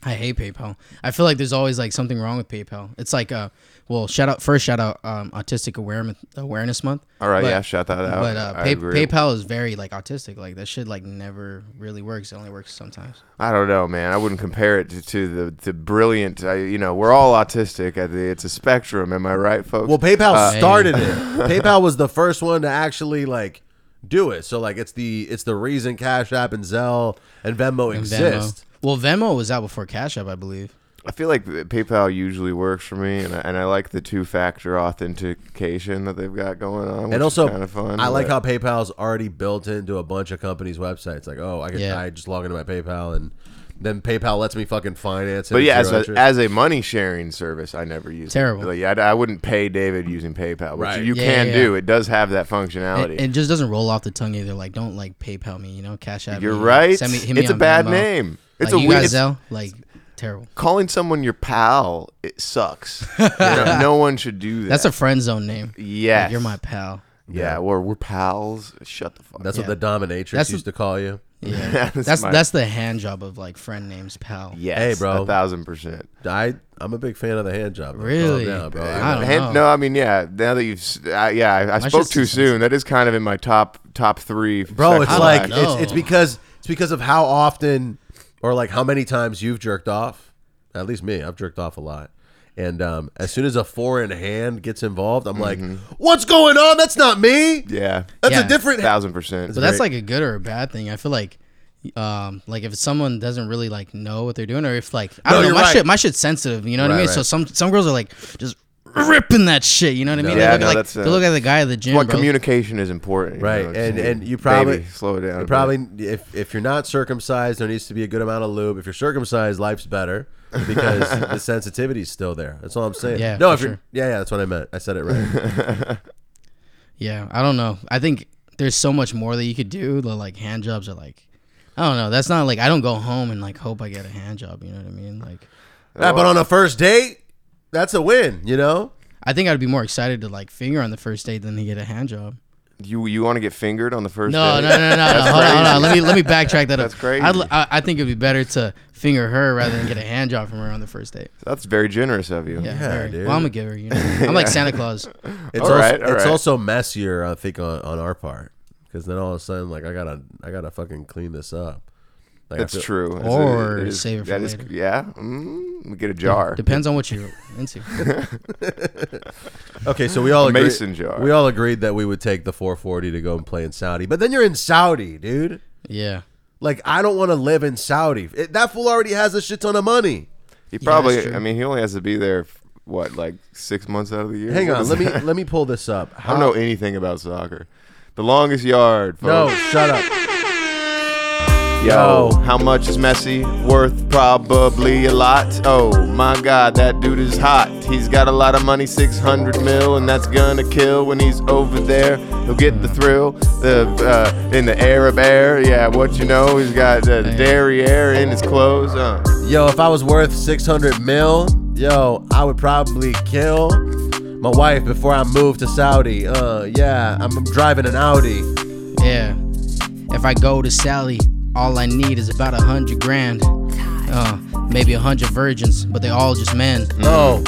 [SPEAKER 1] I hate PayPal. I feel like there's always like something wrong with PayPal. It's like uh, well, shout out first shout out um, Autistic Awareness Awareness Month.
[SPEAKER 2] All right,
[SPEAKER 1] But-
[SPEAKER 2] yeah, shout that out.
[SPEAKER 1] But uh,
[SPEAKER 2] I
[SPEAKER 1] pay-
[SPEAKER 2] agree.
[SPEAKER 1] PayPal is very like autistic. Like that shit like never really works. It only works sometimes.
[SPEAKER 2] I don't know, man. I wouldn't compare it to, to the the brilliant. I, you know, we're all autistic. At the, it's a spectrum. Am I right, folks?
[SPEAKER 6] Well, PayPal
[SPEAKER 2] Uh,
[SPEAKER 6] started it. PayPal was the first one to actually like do it. So like it's the it's the reason Cash App and Zelle and Venmo
[SPEAKER 1] And
[SPEAKER 6] exist.
[SPEAKER 1] Venmo. Well, Venmo was out before Cash App, I believe.
[SPEAKER 2] I feel like PayPal usually works for me, and I, and I like the two factor authentication that they've got going on.
[SPEAKER 6] And also,
[SPEAKER 2] kind of fun.
[SPEAKER 6] I like
[SPEAKER 2] but-
[SPEAKER 6] how PayPal's already built into a bunch of companies' websites. Like, oh, I can
[SPEAKER 1] Yeah.
[SPEAKER 6] I just log into my PayPal and then PayPal lets me fucking finance it.
[SPEAKER 2] But
[SPEAKER 6] at
[SPEAKER 2] yeah, as
[SPEAKER 6] zero
[SPEAKER 2] a,
[SPEAKER 6] interest.
[SPEAKER 2] as a money sharing service, I never use it.
[SPEAKER 1] Terrible.
[SPEAKER 2] Like, I, I wouldn't pay David using PayPal, which
[SPEAKER 6] Right.
[SPEAKER 2] you
[SPEAKER 1] Yeah,
[SPEAKER 2] can
[SPEAKER 1] yeah,
[SPEAKER 2] do.
[SPEAKER 1] yeah.
[SPEAKER 2] It does have that
[SPEAKER 1] It,
[SPEAKER 2] functionality.
[SPEAKER 1] it just doesn't roll off the tongue either. Like don't like PayPal me. You know, Cash App.
[SPEAKER 2] You're
[SPEAKER 1] me,
[SPEAKER 2] right.
[SPEAKER 1] Send me- hit me
[SPEAKER 2] it's a
[SPEAKER 1] on
[SPEAKER 2] bad
[SPEAKER 1] Venmo.
[SPEAKER 2] name. It's
[SPEAKER 1] like,
[SPEAKER 2] a
[SPEAKER 1] you
[SPEAKER 2] weird.
[SPEAKER 1] guys
[SPEAKER 2] it's-
[SPEAKER 1] Zelle, like terrible.
[SPEAKER 2] Calling someone your pal, it sucks. You know, no one should do that.
[SPEAKER 1] That's a friend zone name. Like,
[SPEAKER 2] yes.
[SPEAKER 1] you're my pal.
[SPEAKER 2] Yeah, we're we're pals. Shut the fuck.
[SPEAKER 6] that's
[SPEAKER 2] up.
[SPEAKER 1] yeah.
[SPEAKER 6] what the dominatrix
[SPEAKER 1] That's-
[SPEAKER 6] used to call you.
[SPEAKER 1] Yeah,
[SPEAKER 2] That's
[SPEAKER 1] that's
[SPEAKER 2] my-
[SPEAKER 1] that's the hand job of like friend names, pal.
[SPEAKER 2] yes,
[SPEAKER 6] Hey, bro.
[SPEAKER 2] a thousand percent.
[SPEAKER 6] I I'm a big fan of the hand job. though. Calm
[SPEAKER 1] Really?
[SPEAKER 6] down, bro.
[SPEAKER 1] I don't
[SPEAKER 2] Hand-
[SPEAKER 1] know.
[SPEAKER 2] no, I mean, yeah. Now that you've, s- I yeah, I, I spoke
[SPEAKER 1] shit's
[SPEAKER 2] too
[SPEAKER 1] just-
[SPEAKER 2] soon. That is kind of in my top top three.
[SPEAKER 6] bro it's
[SPEAKER 2] sexual
[SPEAKER 6] like
[SPEAKER 2] acts.
[SPEAKER 1] know.
[SPEAKER 6] it's, it's because it's because of how often or like how many times you've jerked off at least me i've jerked off a lot and um, as soon as a foreign hand gets involved i'm like what's going on that's not me
[SPEAKER 2] Mm-hmm. yeah,
[SPEAKER 6] that's
[SPEAKER 1] Yeah.
[SPEAKER 6] a different hand
[SPEAKER 2] thousand percent.
[SPEAKER 1] But that's like a good or a bad thing. I feel like, um, like if someone doesn't really like know what they're doing, or if like I
[SPEAKER 6] No,
[SPEAKER 1] don't know,
[SPEAKER 6] you're
[SPEAKER 1] my
[SPEAKER 6] right.
[SPEAKER 1] shit, my shit's sensitive. You know what
[SPEAKER 6] Right,
[SPEAKER 1] I mean? So
[SPEAKER 6] right.
[SPEAKER 1] some some girls are like just ripping that shit. You know what I mean?
[SPEAKER 2] Yeah,
[SPEAKER 1] they look
[SPEAKER 2] no,
[SPEAKER 1] like
[SPEAKER 2] that's, uh,
[SPEAKER 1] they look like the guy at the gym,
[SPEAKER 2] what
[SPEAKER 1] bro.
[SPEAKER 2] communication is important, you
[SPEAKER 6] Right,
[SPEAKER 2] know,
[SPEAKER 6] and-
[SPEAKER 2] just,
[SPEAKER 6] and you
[SPEAKER 2] baby,
[SPEAKER 6] probably-
[SPEAKER 2] slow down. a
[SPEAKER 6] You
[SPEAKER 2] bit.
[SPEAKER 6] probably if if you're not circumcised, there needs to be a good amount of lube. If you're circumcised, life's better because the sensitivity's still there. That's all I'm saying.
[SPEAKER 1] Yeah,
[SPEAKER 6] no,
[SPEAKER 1] for
[SPEAKER 6] if you're
[SPEAKER 1] sure.
[SPEAKER 6] yeah, yeah, that's what I meant. I said it right.
[SPEAKER 1] yeah, I don't know. I think there's so much more that you could do. The like hand jobs are like, I don't know. That's not like I don't go home and like hope I get a hand job. You know what I mean? Like
[SPEAKER 6] Yeah, but on a first date, that's a win. You know,
[SPEAKER 1] I think I'd be more excited to like finger on the first date than to get a hand job.
[SPEAKER 2] you you want to get fingered on the first
[SPEAKER 1] No,
[SPEAKER 2] date?
[SPEAKER 1] no, no, no, no. Hold on, hold on. Let me let me backtrack that
[SPEAKER 2] That's
[SPEAKER 1] up.
[SPEAKER 2] crazy.
[SPEAKER 1] I'd l- I, I think it'd be better to finger her rather than get a hand job from her on the first date.
[SPEAKER 2] That's very generous of you.
[SPEAKER 1] Yeah,
[SPEAKER 6] Yeah,
[SPEAKER 1] very.
[SPEAKER 6] dude.
[SPEAKER 1] Well, I'm a giver. You know, I'm like Santa Claus.
[SPEAKER 2] All
[SPEAKER 6] It's also,
[SPEAKER 2] right, all
[SPEAKER 6] it's
[SPEAKER 2] right.
[SPEAKER 6] also messier, I think, on, on our part, because then all of a sudden, like, I gotta, I gotta fucking clean this up. Like, I
[SPEAKER 2] That's
[SPEAKER 6] feel-
[SPEAKER 2] true. It's-
[SPEAKER 1] Or save it for
[SPEAKER 2] that is-
[SPEAKER 1] later.
[SPEAKER 2] yeah, mm, get a jar.
[SPEAKER 1] Depends on what you're into.
[SPEAKER 6] Okay, so we all
[SPEAKER 2] A
[SPEAKER 6] agreed,
[SPEAKER 2] mason jar.
[SPEAKER 6] We all agreed that we would take the 440 to go and play in Saudi, but then you're in Saudi, dude.
[SPEAKER 1] Yeah.
[SPEAKER 6] Like, I don't want to live in Saudi. It, that fool already has a shit ton of money.
[SPEAKER 2] He
[SPEAKER 1] that's
[SPEAKER 2] probably.
[SPEAKER 1] true.
[SPEAKER 2] I mean, he only has to be there. What, like six months out of the year?
[SPEAKER 6] Hang
[SPEAKER 2] What
[SPEAKER 6] on,
[SPEAKER 2] is
[SPEAKER 6] let me
[SPEAKER 2] that?
[SPEAKER 6] let me pull this up.
[SPEAKER 2] I don't know anything about soccer. The longest yard.
[SPEAKER 6] No,
[SPEAKER 2] folks.
[SPEAKER 6] shut up.
[SPEAKER 2] Yo,
[SPEAKER 6] No.
[SPEAKER 2] how much is Messi worth? Probably a lot. Oh my God, that dude is hot. He's got a lot of money, 600 mil, and that's gonna kill when he's over there. He'll get
[SPEAKER 1] Mm.
[SPEAKER 2] the thrill, the uh, in the Arab air. Yeah, what you know? He's got uh, derriere in his clothes. Uh.
[SPEAKER 6] Yo, if I was worth 600 mil, yo, I would probably kill my wife before I moved to Saudi. Uh, yeah, I'm driving an Audi.
[SPEAKER 2] Mm.
[SPEAKER 1] Yeah. If I go to Sally, all I need is about a hundred grand. Uh, maybe a hundred virgins, but they all just men.
[SPEAKER 6] Oh,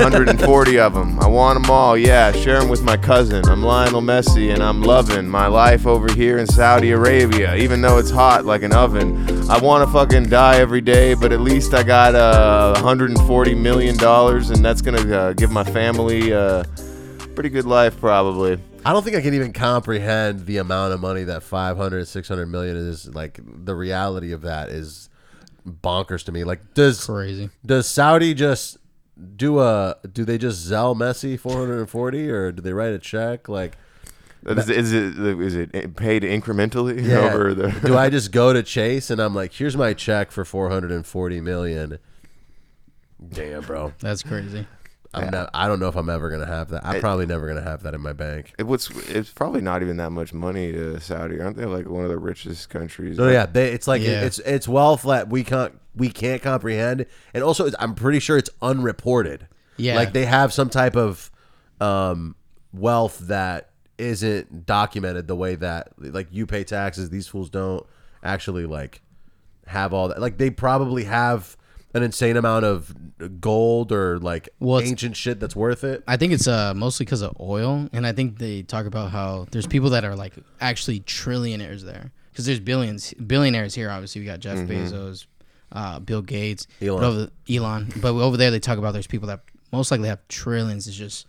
[SPEAKER 2] 140 of them. I want them all. Yeah, share them with my cousin. I'm Lionel Messi, and I'm loving my life over here in Saudi Arabia, even though it's hot like an oven. I want to fucking die every day, but at least I got uh, 140 million dollars, and that's gonna uh, give my family uh, pretty good life, probably.
[SPEAKER 6] I don't think I can even comprehend the amount of money that 500, 600 million is. Like, the reality of that is bonkers to me. Like, does
[SPEAKER 1] Crazy.
[SPEAKER 6] does Saudi just do a do they just Zell Messi 440 or do they write a check? Like,
[SPEAKER 2] Is, is it is it paid incrementally
[SPEAKER 6] Yeah.
[SPEAKER 2] over the?
[SPEAKER 6] do I just go to Chase and I'm like, here's my check for 440 million? Damn, bro.
[SPEAKER 1] That's crazy.
[SPEAKER 6] I'm not, I don't know if I'm ever going to have that. I'm probably never going to have that in my bank.
[SPEAKER 2] It, what's it's probably not even that much money to Saudi. Aren't they like one of the richest countries?
[SPEAKER 6] So Oh, yeah, they, it's like
[SPEAKER 1] Yeah.
[SPEAKER 6] it's it's wealth that we can't we can't comprehend, and also it's, I'm pretty sure it's unreported.
[SPEAKER 1] Yeah.
[SPEAKER 6] like they have some type of um wealth that isn't documented the way that like you pay taxes these fools don't actually like have all that like they probably have an insane amount of gold or like
[SPEAKER 1] Well, it's-
[SPEAKER 6] ancient shit that's worth it
[SPEAKER 1] I think it's uh, mostly because of oil, and I think they talk about how there's people that are like actually trillionaires there, because there's billions billionaires here. Obviously, we got Jeff Bezos, uh, Bill Gates, but
[SPEAKER 6] Elon.
[SPEAKER 1] over, Elon. But over there, they talk about there's people that most likely have trillions. It's just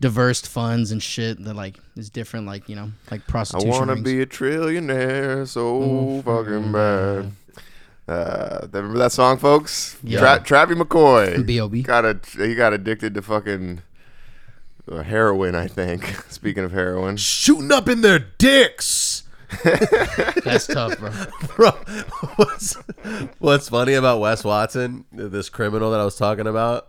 [SPEAKER 1] diverse funds and shit that like is different, like you know, like
[SPEAKER 2] I
[SPEAKER 1] prostitution.
[SPEAKER 2] want to
[SPEAKER 1] rings.
[SPEAKER 2] be a trillionaire so
[SPEAKER 6] Mm-hmm.
[SPEAKER 2] fucking bad. Uh, that- remember that song, folks?
[SPEAKER 1] Yeah.
[SPEAKER 2] Tra- Travis McCoy.
[SPEAKER 1] B.O.B..
[SPEAKER 2] Got a, he got addicted to fucking uh, heroin, I think. Speaking of heroin.
[SPEAKER 6] shooting up in their dicks
[SPEAKER 1] That's tough, bro.
[SPEAKER 6] Bro, what's, what's funny about Wes Watson, this criminal that I was talking about,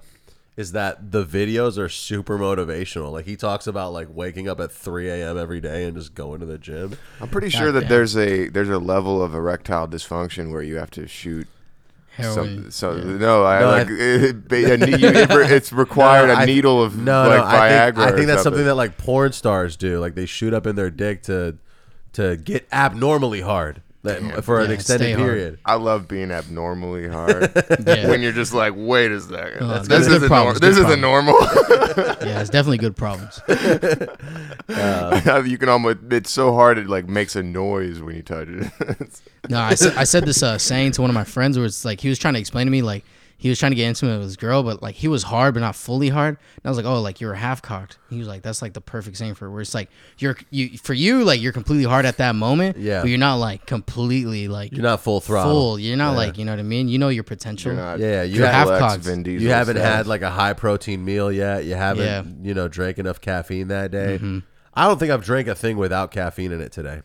[SPEAKER 6] is that the videos are super motivational. Like he talks about like waking up at 3 a.m. every day and just going to the gym.
[SPEAKER 2] I'm pretty sure that
[SPEAKER 1] Goddamn.
[SPEAKER 2] there's a there's a level of erectile dysfunction where you have to shoot
[SPEAKER 1] Heroin.
[SPEAKER 2] some. So no, I,
[SPEAKER 6] No, I-
[SPEAKER 2] like it, it- a ne- you- it re- it's required
[SPEAKER 6] No,
[SPEAKER 2] a
[SPEAKER 6] I-
[SPEAKER 2] needle of
[SPEAKER 6] no,
[SPEAKER 2] like
[SPEAKER 6] no, I
[SPEAKER 2] Viagra.
[SPEAKER 6] think, I think
[SPEAKER 2] or something
[SPEAKER 6] that's something that like porn stars do. Like they shoot up in their dick to to get abnormally hard like, for an
[SPEAKER 1] Yeah, stay
[SPEAKER 6] extended
[SPEAKER 1] hard.
[SPEAKER 6] period.
[SPEAKER 2] I love being abnormally hard
[SPEAKER 1] Yeah.
[SPEAKER 2] when you're just like, wait a
[SPEAKER 6] Oh,
[SPEAKER 2] second,
[SPEAKER 1] That's good.
[SPEAKER 2] this isn't
[SPEAKER 1] Good problems,
[SPEAKER 2] nor- this
[SPEAKER 1] good
[SPEAKER 2] isn't normal.
[SPEAKER 1] yeah, it's definitely good problems.
[SPEAKER 2] you can almost it's so hard it like makes a noise when you touch it. It's-
[SPEAKER 1] No, I, s- I said this uh, saying to one of my friends where it's like he was trying to explain to me like he was trying to get intimate with his girl, but like he was hard but not fully hard. And I was like, oh, like you're half cocked. He was like, that's like the perfect saying for it, where it's like you're you for you like you're completely hard at that moment,
[SPEAKER 6] Yeah.
[SPEAKER 1] but you're not like completely like
[SPEAKER 6] You're not full throttle.
[SPEAKER 1] full. You're not like you know what I mean. You know your potential.
[SPEAKER 2] you're not
[SPEAKER 6] Yeah, you
[SPEAKER 2] Triple
[SPEAKER 1] have
[SPEAKER 2] X
[SPEAKER 1] cogs.
[SPEAKER 2] Vin Diesel
[SPEAKER 6] you haven't
[SPEAKER 2] style.
[SPEAKER 6] had like a high protein meal yet. You haven't,
[SPEAKER 1] Yeah. Mm-hmm.
[SPEAKER 6] you know, drank enough caffeine that day. I don't think I've drank a thing without caffeine in it today.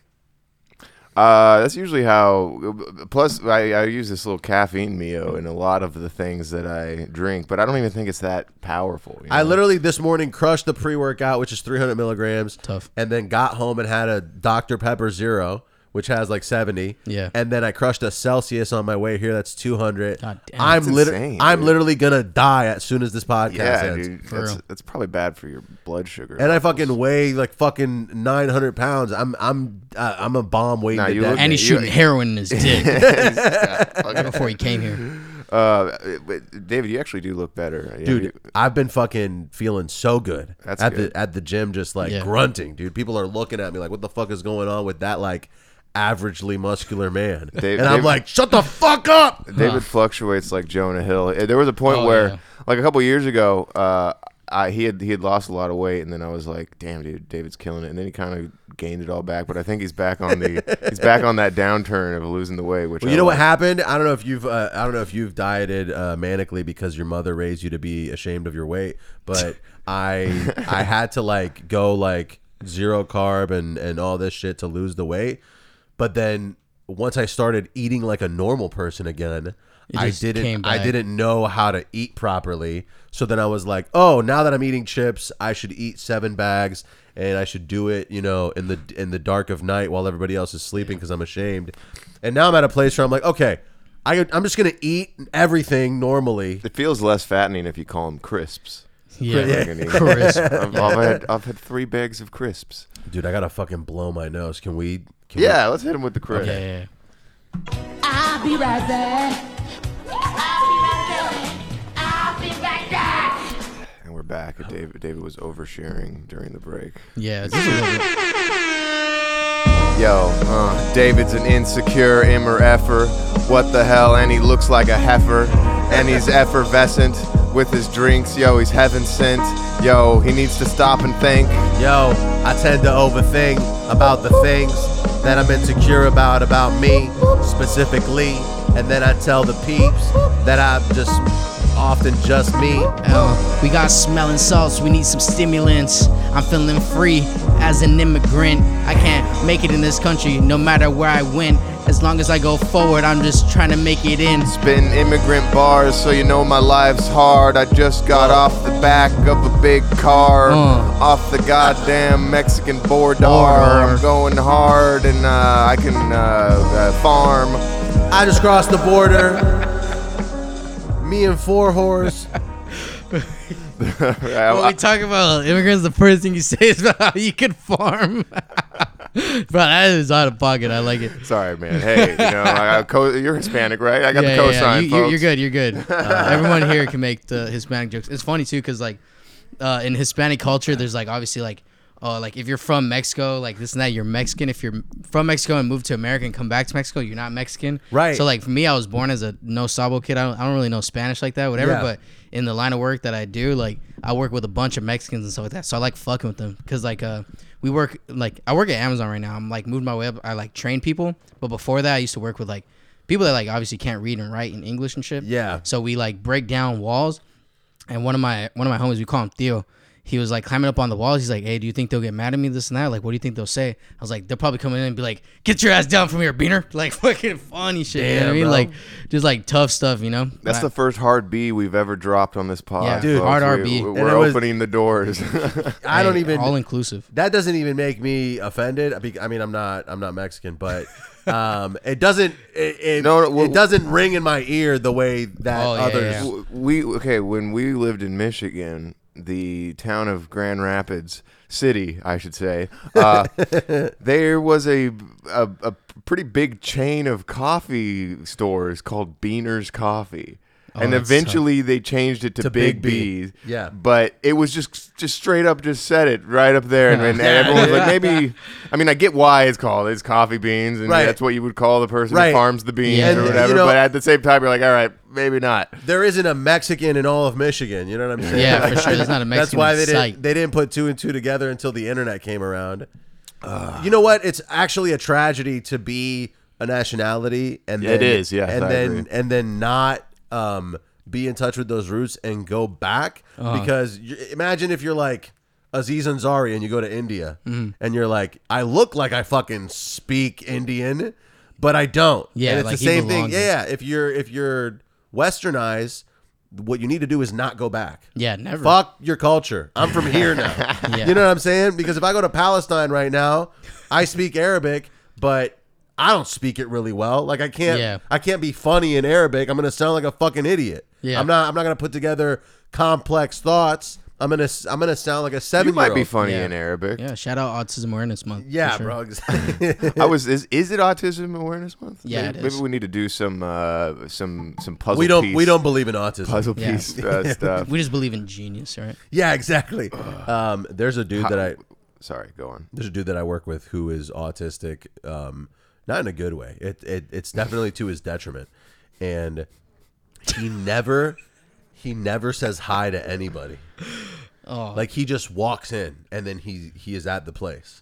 [SPEAKER 2] Uh, that's usually how. Plus, I, I use this little caffeine mio in a lot of the things that I drink, but I don't even think it's that powerful. you
[SPEAKER 6] I
[SPEAKER 2] know?
[SPEAKER 6] literally this morning crushed the pre workout, which is 300 milligrams.
[SPEAKER 1] Tough.
[SPEAKER 6] And then got home and had a Dr. Pepper Zero, which has like 70.
[SPEAKER 1] Yeah.
[SPEAKER 6] And then I crushed a Celsius on my way here. That's 200.
[SPEAKER 1] God damn.
[SPEAKER 6] I'm,
[SPEAKER 2] That's
[SPEAKER 6] liter-
[SPEAKER 2] insane,
[SPEAKER 6] I'm
[SPEAKER 2] dude.
[SPEAKER 6] literally going to die as soon as this podcast
[SPEAKER 2] yeah,
[SPEAKER 6] ends.
[SPEAKER 2] dude,
[SPEAKER 1] For
[SPEAKER 2] that's,
[SPEAKER 1] real.
[SPEAKER 2] that's probably bad for your blood sugar.
[SPEAKER 6] And I fucking weigh like fucking 900 pounds. I'm I'm uh, I'm a bomb waiting
[SPEAKER 2] Nah,
[SPEAKER 6] to
[SPEAKER 2] you
[SPEAKER 6] death.
[SPEAKER 2] look-
[SPEAKER 1] And he's
[SPEAKER 2] Yeah, you-
[SPEAKER 1] shooting heroin in his dick before he came here.
[SPEAKER 2] uh, but David, you actually do look better, Yeah,
[SPEAKER 6] dude.
[SPEAKER 2] you-
[SPEAKER 6] I've been fucking feeling so good
[SPEAKER 2] That's
[SPEAKER 6] at
[SPEAKER 2] good.
[SPEAKER 6] the at the gym, just like
[SPEAKER 1] Yeah.
[SPEAKER 6] grunting, dude. People are looking at me like, "What the fuck is going on with that like averagely muscular man?"
[SPEAKER 2] Dave-
[SPEAKER 6] and I'm
[SPEAKER 2] Dave-
[SPEAKER 6] like, "Shut the fuck up!"
[SPEAKER 2] David fluctuates like Jonah Hill. Uh, There was a point
[SPEAKER 1] Oh,
[SPEAKER 2] where,
[SPEAKER 1] yeah.
[SPEAKER 2] like a couple years ago, uh, I, he had he had lost a lot of weight, and then I was like, "Damn, dude, David's killing it." And then he kind of gained it all back, but I think he's back on the he's back on that downturn of losing the weight. Which
[SPEAKER 6] Well,
[SPEAKER 2] I
[SPEAKER 6] you know what
[SPEAKER 2] like.
[SPEAKER 6] happened? I don't know if you've uh, I don't know if you've dieted uh, manically because your mother raised you to be ashamed of your weight, but I I had to like go like zero carb and and all this shit to lose the weight. But then once I started eating like a normal person again, I
[SPEAKER 1] just came
[SPEAKER 6] didn't I
[SPEAKER 1] back.
[SPEAKER 6] didn't know how to eat properly. So then I was like, "Oh, now that I'm eating chips, I should eat seven bags." And I should do it, you know, in the in the dark of night while everybody else is sleeping because I'm ashamed. And now I'm at a place where I'm like, okay, I, I'm just gonna eat everything normally.
[SPEAKER 2] It feels less fattening if you call them crisps.
[SPEAKER 1] Yeah,
[SPEAKER 2] Like, I mean,
[SPEAKER 1] Crisp.
[SPEAKER 2] I've, I've had I've had three bags of crisps.
[SPEAKER 6] Dude, I gotta fucking blow my nose. Can we? Can we-
[SPEAKER 2] Yeah, let's hit him with the crisp.
[SPEAKER 1] yeah, yeah.
[SPEAKER 7] I'll be right there. I'll be right there. I'll be right there.
[SPEAKER 2] And we're back. David David was oversharing during the break.
[SPEAKER 1] yeah. this is a little bit-
[SPEAKER 2] Yo, uh, David's an insecure immer effer. What the hell? And he looks like a heifer. And he's effervescent with his drinks. Yo, he's heaven sent. Yo, he needs to stop and think.
[SPEAKER 6] Yo, I tend to overthink about the things that I'm insecure about, about me specifically. And then I tell the peeps that I'm just often just me.
[SPEAKER 1] Oh, we got smelling salts, we need some stimulants. I'm feeling free as an immigrant. I can't make it in this country no matter where I went. As long as I go forward, I'm just trying to make it in.
[SPEAKER 2] Spitting immigrant bars, so you know my life's hard. I just got off the back of a big car,
[SPEAKER 1] Uh.
[SPEAKER 2] off the goddamn Mexican border. I'm
[SPEAKER 1] Border.
[SPEAKER 2] going hard, and uh, I can uh, uh, farm.
[SPEAKER 6] I just crossed the border. Me and four whores.
[SPEAKER 1] When we talk about immigrants, the first thing you say is about how you can farm. Bro, that is out of pocket. I like it.
[SPEAKER 2] Sorry, man. Hey, you know, I got co- you're Hispanic, right? I got the cosign,
[SPEAKER 1] You- you,
[SPEAKER 2] folks.
[SPEAKER 1] You're good. You're good. Uh, everyone here can make the Hispanic jokes. It's funny too, cause like uh, in Hispanic culture, there's like obviously like uh, like if you're from Mexico, like this and that, you're Mexican. If you're from Mexico and move to America and come back to Mexico, you're not Mexican.
[SPEAKER 6] Right.
[SPEAKER 1] So like for me, I was born as a no sabo kid. I don't, I don't really know Spanish like that, whatever.
[SPEAKER 6] Yeah.
[SPEAKER 1] But in the line of work that I do, like I work with a bunch of Mexicans and stuff like that. So I like fucking with them because like uh we work like I work at Amazon right now. I'm like moved my way up. I like train people, but before that, I used to work with like people that like obviously can't read and write in English and shit.
[SPEAKER 6] Yeah.
[SPEAKER 1] So we like break down walls, and one of my one of my homies, we call him Theo. He was like climbing up on the walls. He's like, "Hey, do you think they'll get mad at me? This and that. Like, what do you think they'll say?" I was like, "They'll probably come in and be like, get your ass down from here, beaner.' Like, fucking funny shit. you know what I
[SPEAKER 6] Damn,
[SPEAKER 1] mean?
[SPEAKER 6] bro.
[SPEAKER 1] Like, just like tough stuff, you know?
[SPEAKER 2] That's the first hard B we've ever dropped on this pod.
[SPEAKER 1] Yeah, Dude,
[SPEAKER 2] folks.
[SPEAKER 1] hard RB.
[SPEAKER 2] We- we-
[SPEAKER 1] And
[SPEAKER 2] We're
[SPEAKER 6] it was-
[SPEAKER 2] opening the doors.
[SPEAKER 6] I don't even.
[SPEAKER 1] all inclusive.
[SPEAKER 6] that doesn't even make me offended. I be- I mean, I'm not. I'm not Mexican, but um, it doesn't. It, it,
[SPEAKER 2] No, no, well-
[SPEAKER 6] it doesn't ring in my ear the way that
[SPEAKER 1] Oh, yeah,
[SPEAKER 6] others.
[SPEAKER 1] yeah.
[SPEAKER 2] W- we okay when we lived in michigan the town of grand rapids city i should say uh, there was a, a a pretty big chain of coffee stores called beaner's coffee
[SPEAKER 6] Oh,
[SPEAKER 2] and
[SPEAKER 1] that's
[SPEAKER 2] eventually they changed it to, Big,
[SPEAKER 6] Big B.
[SPEAKER 2] B's.
[SPEAKER 6] Yeah.
[SPEAKER 2] But it was just just straight up just said it right up there and, and, everyone was like maybe I mean I get why it's called it's coffee beans and
[SPEAKER 6] Right.
[SPEAKER 2] that's what you would call the person who
[SPEAKER 6] Right.
[SPEAKER 2] farms the beans
[SPEAKER 1] Yeah. And,
[SPEAKER 2] or
[SPEAKER 1] you
[SPEAKER 2] whatever
[SPEAKER 6] know-
[SPEAKER 2] but at the same time you're like all right maybe not.
[SPEAKER 6] There isn't a Mexican in all of Michigan. You know what I'm saying?
[SPEAKER 1] Yeah, for sure. There's not a
[SPEAKER 6] That's
[SPEAKER 1] Mexican.
[SPEAKER 6] why they
[SPEAKER 1] site.
[SPEAKER 6] didn't. They didn't put two and two together until the internet came around. you know what? It's actually a tragedy to be a nationality, and
[SPEAKER 2] Yeah, it
[SPEAKER 6] then,
[SPEAKER 2] is. Yes,
[SPEAKER 6] and
[SPEAKER 2] I
[SPEAKER 6] then
[SPEAKER 2] agree.
[SPEAKER 6] and then not um, be in touch with those roots and go back
[SPEAKER 1] Uh-huh.
[SPEAKER 6] because you, imagine if you're like. Aziz Ansari, and you go to India,
[SPEAKER 1] Mm-hmm.
[SPEAKER 6] and you're like, I look like I fucking speak Indian, but I don't.
[SPEAKER 1] Yeah,
[SPEAKER 6] and it's
[SPEAKER 1] like,
[SPEAKER 6] the
[SPEAKER 1] he
[SPEAKER 6] same thing.
[SPEAKER 1] belongs
[SPEAKER 6] Yeah,
[SPEAKER 1] in-
[SPEAKER 6] yeah, if you're if you're westernized, what you need to do is not go back.
[SPEAKER 1] yeah, never.
[SPEAKER 6] Fuck your culture. I'm from here now.
[SPEAKER 1] Yeah.
[SPEAKER 6] You know what I'm saying? Because if I go to Palestine right now, I speak Arabic, but I don't speak it really well. Like I can't
[SPEAKER 1] Yeah.
[SPEAKER 6] I can't be funny in Arabic. I'm going to sound like a fucking idiot.
[SPEAKER 1] Yeah.
[SPEAKER 6] I'm not I'm not going to put together complex thoughts. I'm going to I'm going to sound like a 7
[SPEAKER 2] You might be
[SPEAKER 6] year-old.
[SPEAKER 2] funny
[SPEAKER 1] Yeah.
[SPEAKER 2] in Arabic.
[SPEAKER 1] Yeah, shout out Autism Awareness Month. for
[SPEAKER 6] Yeah,
[SPEAKER 1] sure.
[SPEAKER 6] bro.
[SPEAKER 2] I was. Is, is it Autism Awareness Month?
[SPEAKER 1] Yeah,
[SPEAKER 2] maybe,
[SPEAKER 1] it
[SPEAKER 2] maybe
[SPEAKER 1] is.
[SPEAKER 2] we need to do some uh, some some puzzle.
[SPEAKER 6] we don't
[SPEAKER 2] piece,
[SPEAKER 6] we don't believe in autism.
[SPEAKER 2] puzzle
[SPEAKER 1] Yeah.
[SPEAKER 2] piece uh, stuff.
[SPEAKER 1] We just believe in genius, all right?
[SPEAKER 6] Yeah, exactly. Um, there's a dude that I
[SPEAKER 2] Sorry, go on.
[SPEAKER 6] there's a dude that I work with who is autistic, um, not in a good way. It, it it's definitely to his detriment, and he never he never says hi to anybody.
[SPEAKER 1] Oh.
[SPEAKER 6] Like he just walks in and then he he is at the place,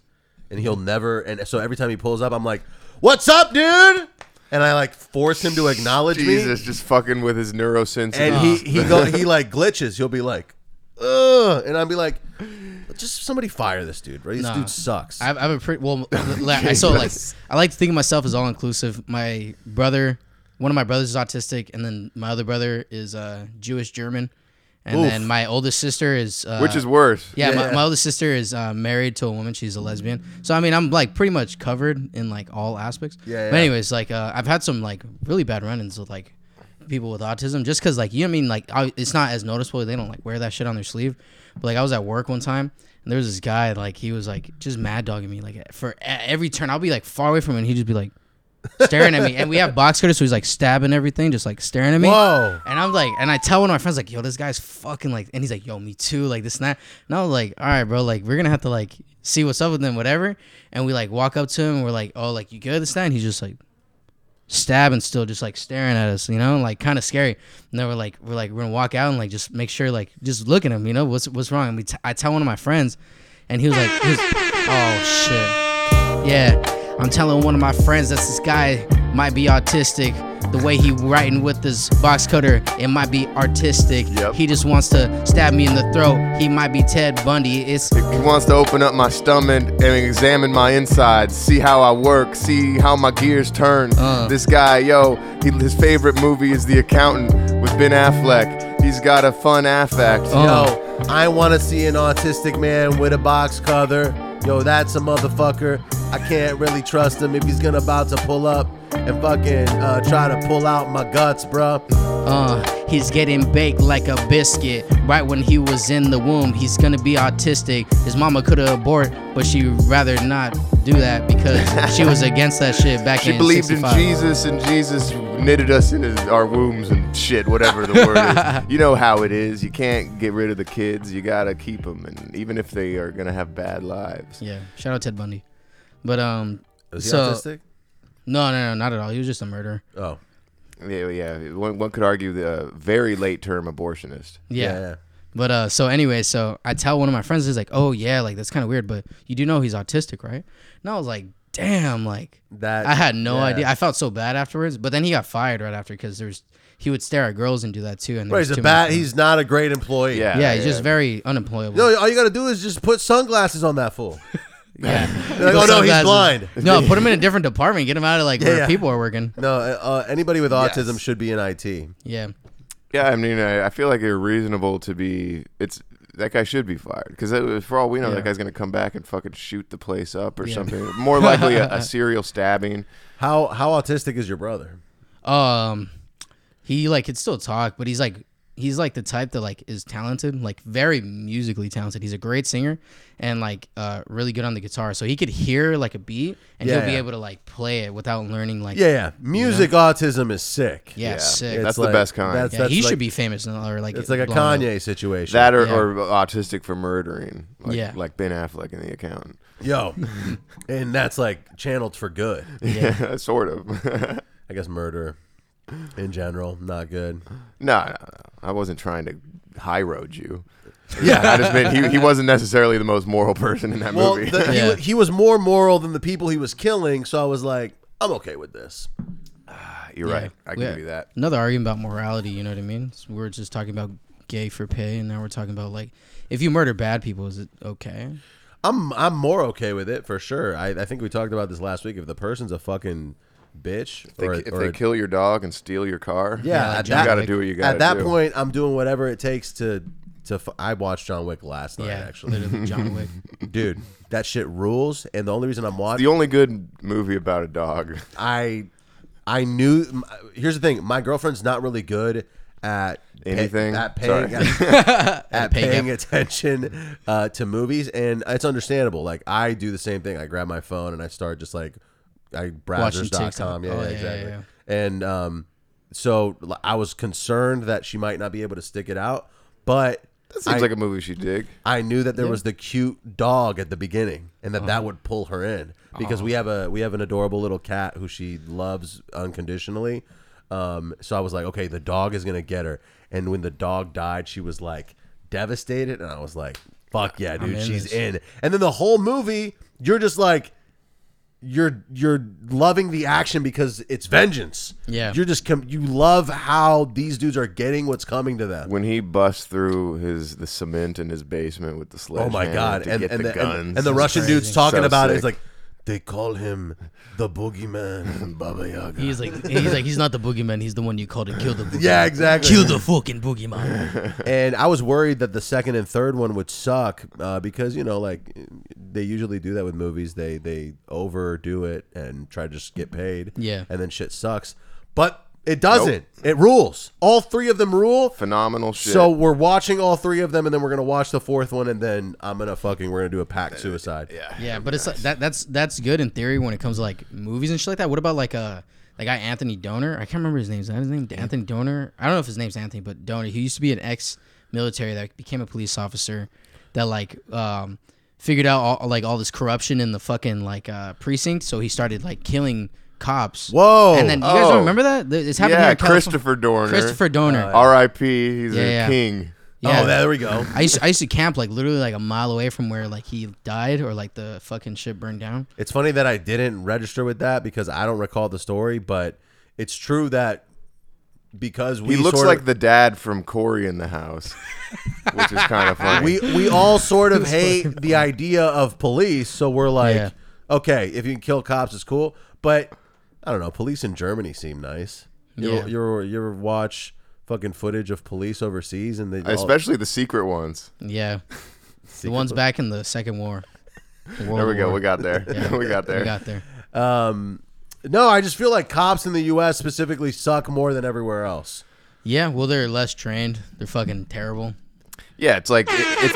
[SPEAKER 6] and he'll never. And so every time he pulls up, I'm like, "What's up, dude?" And I like force him to acknowledge me
[SPEAKER 2] Jesus, just fucking with his neurosense.
[SPEAKER 6] and he
[SPEAKER 1] Ah.
[SPEAKER 6] he go he like glitches. He'll be like, "Ugh," and I'll be like, "Just somebody fire this dude, right? This
[SPEAKER 1] Nah.
[SPEAKER 6] dude sucks."
[SPEAKER 1] I have, I have a pretty well. like, I so like I like to think of myself as all inclusive. My brother, one of my brothers is autistic, and then my other brother is uh, Jewish German, and
[SPEAKER 6] Oof.
[SPEAKER 1] then my oldest sister is uh,
[SPEAKER 2] which is worse.
[SPEAKER 1] yeah,
[SPEAKER 6] Yeah.
[SPEAKER 1] My, my oldest sister is uh, married to a woman. She's a lesbian. So I mean, I'm like pretty much covered in like all aspects.
[SPEAKER 6] Yeah,
[SPEAKER 1] But
[SPEAKER 6] yeah.
[SPEAKER 1] anyways, like uh, I've had some like really bad run-ins with like people with autism, just because like you know what I mean like I, it's not as noticeable. They don't like wear that shit on their sleeve. But like I was at work one time. And there was this guy, like he was like just mad dogging me, like for at every turn. I'll be like far away from him, and he'd just be like staring at me. And we have box cutters, so he's like stabbing everything, just like staring at me.
[SPEAKER 6] Whoa.
[SPEAKER 1] And I'm like, and I tell one of my friends, like, yo, this guy's fucking like, and he's like, yo, me too, like this and that. And I was like, all right, bro, like, we're gonna have to like see what's up with him, whatever. And we like walk up to him, and we're like, oh, like, you good, this and that. And he's just like, stabbing still, just like staring at us, you know, like kind of scary. And then we're like, we're like, we're gonna walk out and like just make sure, like, just look at him, you know, what's what's wrong. And we t- I tell one of my friends, and he was like, he was, oh, shit. Yeah, I'm telling one of my friends that this guy might be autistic. The way he writing with this box cutter, it might be artistic.
[SPEAKER 2] Yep.
[SPEAKER 1] He just wants to stab me in the throat. He might be Ted Bundy. It's
[SPEAKER 2] He wants to open up my stomach and examine my insides, see how I work, see how my gears turn.
[SPEAKER 1] Uh.
[SPEAKER 2] This guy, yo, he, his favorite movie is The Accountant with Ben Affleck. He's got a fun affect.
[SPEAKER 1] Oh.
[SPEAKER 6] Yo, I want to see an autistic man with a box cutter. Yo, that's a motherfucker. I can't really trust him if he's gonna about to pull up and fucking uh, try to pull out my guts, bruh.
[SPEAKER 1] Uh, he's getting baked like a biscuit. Right when he was in the womb, he's gonna be autistic. His mama could have abort, but she rather not do that because she was against that shit back
[SPEAKER 2] She
[SPEAKER 1] in
[SPEAKER 2] believed
[SPEAKER 1] 65.
[SPEAKER 2] in Jesus, and Jesus knitted us in his, our wombs and shit, whatever the word is. You know how it is. You can't get rid of the kids. You gotta keep them, and even if they are gonna have bad lives.
[SPEAKER 1] Yeah, shout out Ted Bundy. But um,
[SPEAKER 6] Is he
[SPEAKER 1] so
[SPEAKER 6] autistic?
[SPEAKER 1] no, no, no, not at all. He was just a murderer.
[SPEAKER 6] Oh,
[SPEAKER 2] Yeah, yeah. One, one could argue the uh, very late-term abortionist.
[SPEAKER 1] Yeah.
[SPEAKER 6] yeah. yeah.
[SPEAKER 1] But uh, so anyway, so I tell one of my friends, he's like, "Oh yeah, like that's kind of weird, but you do know he's autistic, right?" And I was like, "Damn, like
[SPEAKER 6] That
[SPEAKER 1] I had no
[SPEAKER 6] yeah.
[SPEAKER 1] idea. I felt so bad afterwards. But then he got fired right after because there's he would stare at girls and do that too. And there
[SPEAKER 6] But
[SPEAKER 1] was
[SPEAKER 6] he's a
[SPEAKER 1] too many
[SPEAKER 6] bad.
[SPEAKER 1] girls.
[SPEAKER 6] He's not a great employee.
[SPEAKER 2] Yeah.
[SPEAKER 1] yeah, he's just very unemployable.
[SPEAKER 6] No, all you gotta do is just put sunglasses on that fool.
[SPEAKER 1] yeah.
[SPEAKER 6] They're like,
[SPEAKER 1] Put
[SPEAKER 6] oh no, he's
[SPEAKER 1] sunglasses-
[SPEAKER 6] blind.
[SPEAKER 1] No, put him in a different department. Get him out of like where
[SPEAKER 6] yeah.
[SPEAKER 1] people are working.
[SPEAKER 6] No, uh, anybody with autism should be in IT.
[SPEAKER 1] Yeah,
[SPEAKER 2] Yeah, I mean, I, I feel like it's reasonable to be. It's that guy should be fired because for all we know, that guy's gonna come back and fucking shoot the place up or something. More likely, a, a serial stabbing.
[SPEAKER 6] How how autistic is your brother?
[SPEAKER 1] um, he like could still talk, but he's like he's like the type that like is talented, like very musically talented. He's a great singer and like uh really good on the guitar, so he could hear like a beat and
[SPEAKER 6] Yeah,
[SPEAKER 1] he'll be
[SPEAKER 6] yeah.
[SPEAKER 1] able to like play it without learning like
[SPEAKER 6] Yeah, yeah. Music autism is sick.
[SPEAKER 1] yeah, sick.
[SPEAKER 6] It's
[SPEAKER 2] That's the best kind.
[SPEAKER 1] Yeah, he should be famous now, or like
[SPEAKER 6] It's like a
[SPEAKER 1] blown up.
[SPEAKER 6] Kanye situation.
[SPEAKER 2] That or,
[SPEAKER 1] Yeah.
[SPEAKER 2] or autistic for murdering. Like,
[SPEAKER 1] Yeah.
[SPEAKER 2] like Ben Affleck in The Accountant.
[SPEAKER 6] Yo, and that's like channeled for good.
[SPEAKER 2] Yeah, sort of. no,
[SPEAKER 6] I guess murder, in general, not good.
[SPEAKER 2] no, no. I wasn't trying to high road you. I
[SPEAKER 6] Yeah.
[SPEAKER 2] just meant he, he wasn't necessarily the most moral person in that
[SPEAKER 6] Well,
[SPEAKER 2] movie.
[SPEAKER 6] the, he,
[SPEAKER 1] Yeah.
[SPEAKER 6] wa- he was more moral than the people he was killing, so I was like, I'm okay with this.
[SPEAKER 2] You're right. I can
[SPEAKER 1] Yeah.
[SPEAKER 2] do that.
[SPEAKER 1] Another argument about morality, you know what I mean? So we were just talking about gay for pay, and now we're talking about like if you murder bad people, is it okay?
[SPEAKER 6] I'm I'm more okay with it for sure. I, I think we talked about this last week. If the person's a fucking bitch,
[SPEAKER 2] They,
[SPEAKER 6] or,
[SPEAKER 2] if
[SPEAKER 6] or
[SPEAKER 2] they
[SPEAKER 6] a-
[SPEAKER 2] kill your dog and steal your car,
[SPEAKER 6] yeah,
[SPEAKER 1] like
[SPEAKER 6] at
[SPEAKER 1] John
[SPEAKER 6] that,
[SPEAKER 2] you got to
[SPEAKER 1] Wick.
[SPEAKER 2] do what you got to
[SPEAKER 6] at that
[SPEAKER 2] do.
[SPEAKER 6] point, I'm doing whatever it takes to to. F- I watched John Wick last night,
[SPEAKER 1] yeah,
[SPEAKER 6] actually,
[SPEAKER 1] literally John Wick.
[SPEAKER 6] dude. That shit rules, and the only reason I'm watching,
[SPEAKER 2] the only good movie about a dog.
[SPEAKER 6] I I knew. m- Here's the thing: my girlfriend's not really good at pay-
[SPEAKER 2] Anything?
[SPEAKER 6] at paying
[SPEAKER 2] Sorry.
[SPEAKER 6] at, at
[SPEAKER 1] paying
[SPEAKER 6] paying attention uh, to movies, and it's understandable. Like I do the same thing. I grab my phone and I start just like I browsers.com.
[SPEAKER 1] TikTok.
[SPEAKER 6] Yeah,
[SPEAKER 1] Oh,
[SPEAKER 6] yeah,
[SPEAKER 1] yeah, yeah,
[SPEAKER 6] exactly.
[SPEAKER 1] yeah.
[SPEAKER 6] And um, so l- I was concerned that she might not be able to stick it out, but
[SPEAKER 2] That seems
[SPEAKER 6] I,
[SPEAKER 2] like a movie she dig.
[SPEAKER 6] I knew that there was the cute dog at the beginning, and that
[SPEAKER 1] Uh-huh.
[SPEAKER 6] that would pull her in because we have a we have an adorable little cat who she loves unconditionally. Um, so I was like, okay, the dog is gonna get her. And when the dog died, she was like devastated, and I was like, fuck yeah, dude,
[SPEAKER 1] in
[SPEAKER 6] she's
[SPEAKER 1] this.
[SPEAKER 6] in. And then the whole movie, you're just like. You're you're loving the action because it's vengeance.
[SPEAKER 1] Yeah.
[SPEAKER 6] you're just com- you love how these dudes are getting what's coming to them.
[SPEAKER 2] When he busts through his the cement in his basement with the
[SPEAKER 6] Oh
[SPEAKER 2] sledgehammer
[SPEAKER 6] my god!
[SPEAKER 2] to
[SPEAKER 6] And,
[SPEAKER 2] get
[SPEAKER 6] and
[SPEAKER 2] the,
[SPEAKER 6] the, and-
[SPEAKER 2] guns.
[SPEAKER 6] and the Russian dude's talking
[SPEAKER 2] So
[SPEAKER 6] about it. He's
[SPEAKER 2] sick.
[SPEAKER 6] like, they call him the boogeyman, Baba Yaga.
[SPEAKER 1] He's like he's like he's not the boogeyman, he's the one you called to kill the boogeyman.
[SPEAKER 6] yeah, exactly.
[SPEAKER 1] Kill the fucking boogeyman.
[SPEAKER 6] and I was worried that the second and third one would suck uh, because you know, like they usually do that with movies. They they overdo it and try to just get paid.
[SPEAKER 1] Yeah.
[SPEAKER 6] and then shit sucks. But it doesn't. It rules. All three of them rule.
[SPEAKER 2] phenomenal shit.
[SPEAKER 6] So we're watching all three of them, and then we're gonna watch the fourth one, and then I'm gonna fucking we're gonna do a packed suicide.
[SPEAKER 2] yeah,
[SPEAKER 1] Yeah, but it's like that that's that's good in theory when it comes to like movies and shit like that. What about like uh that guy Anthony Donor? I can't remember his name. Is that his name? Anthony Donor? I don't know if his name's Anthony, but Donor. He used to be an ex military that became a police officer that like um figured out all, like all this corruption in the fucking like uh precinct, so he started like killing cops.
[SPEAKER 6] Whoa.
[SPEAKER 1] And then you guys
[SPEAKER 2] Oh.
[SPEAKER 1] don't remember that? Th- It's happened
[SPEAKER 2] Yeah,
[SPEAKER 1] here in California.
[SPEAKER 2] Christopher Dorner.
[SPEAKER 1] Christopher Donor.
[SPEAKER 6] Uh,
[SPEAKER 2] R.I.P. He's
[SPEAKER 1] Yeah,
[SPEAKER 2] a
[SPEAKER 1] yeah.
[SPEAKER 2] king.
[SPEAKER 1] yeah.
[SPEAKER 6] Oh, there we go.
[SPEAKER 1] I used, to, I used to camp like literally like a mile away from where like he died or like the fucking shit burned down.
[SPEAKER 6] It's funny that I didn't register with that because I don't recall the story, but it's true that because we
[SPEAKER 2] He looks
[SPEAKER 6] sort
[SPEAKER 2] like
[SPEAKER 6] of,
[SPEAKER 2] the dad from Corey in the House, which is kind of funny.
[SPEAKER 6] we we all sort of hate the idea of police, so we're like,
[SPEAKER 1] Yeah.
[SPEAKER 6] okay, if you can kill cops, it's cool. But I don't know, police in Germany seem nice. You
[SPEAKER 1] Yeah.
[SPEAKER 6] yeah. you you watch fucking footage of police overseas, and they all-
[SPEAKER 2] Especially the secret ones.
[SPEAKER 1] Yeah. the ones back in the second war.
[SPEAKER 2] There we go. We got there. we got there.
[SPEAKER 1] Oh, We got there.
[SPEAKER 6] um, no, I just feel like cops in the U.S. specifically suck more than everywhere else.
[SPEAKER 1] Yeah, well, they're less trained. They're fucking terrible.
[SPEAKER 2] Yeah, it's like it, it's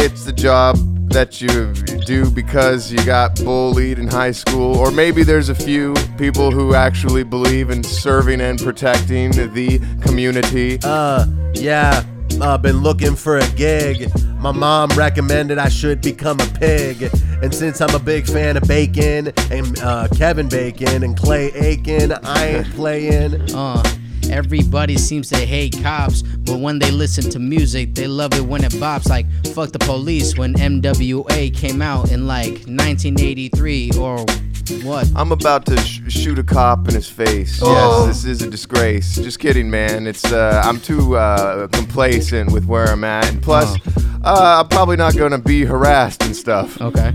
[SPEAKER 2] it's the job that you do because you got bullied in high school, or maybe there's a few people who actually believe in serving and protecting the community.
[SPEAKER 6] Uh, yeah, uh, been looking for a gig. My mom recommended I should become a pig. And since I'm a big fan of bacon and uh, Kevin Bacon and Clay Aiken, I ain't playing.
[SPEAKER 1] Uh, everybody seems to hate cops, but when they listen to music, they love it when it bops. Like, fuck the police when MWA came out in like 1983 or what?
[SPEAKER 2] I'm about to sh- shoot a cop in his face. Yes, this is a disgrace. Just kidding, man. It's uh, I'm too uh, complacent with where I'm at, and plus, uh, I'm probably not gonna be harassed and stuff.
[SPEAKER 1] Okay.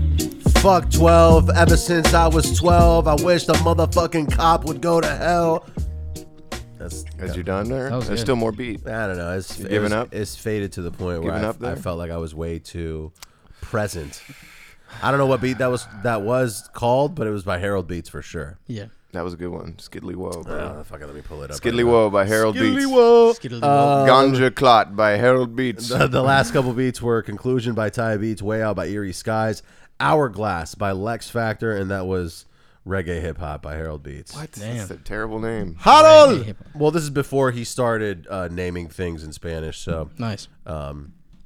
[SPEAKER 6] Fuck 12. Ever since I was 12, I wish the motherfucking cop would go to hell. That's.
[SPEAKER 2] As you're done there,
[SPEAKER 1] That was
[SPEAKER 2] there's
[SPEAKER 1] good.
[SPEAKER 2] still more beat.
[SPEAKER 6] I don't know. It's it
[SPEAKER 2] giving
[SPEAKER 6] was-
[SPEAKER 2] up?
[SPEAKER 6] It's faded to the point where
[SPEAKER 2] Giving
[SPEAKER 6] I,
[SPEAKER 2] up there?
[SPEAKER 6] I felt like I was way too present. I don't know what beat that was. That was called, but it was by Harold Beats for sure.
[SPEAKER 1] Yeah.
[SPEAKER 2] That was a good one. Skiddly Woe, bro.
[SPEAKER 6] Uh, fucking let me pull it up.
[SPEAKER 2] Skiddly Woe by Harold Beats. Uh, Ganja Clot by Harold Beats.
[SPEAKER 6] Uh, The, the last couple beats were Conclusion by Ty Beats, Way Out by Eerie Skies, Hourglass by Lex Factor, and that was Reggae Hip Hop by Harold Beats. What?
[SPEAKER 2] That's a terrible name.
[SPEAKER 1] Reggae
[SPEAKER 6] Harold!
[SPEAKER 1] hip
[SPEAKER 6] Well, this is before he started uh, naming things in Spanish, so.
[SPEAKER 1] Nice.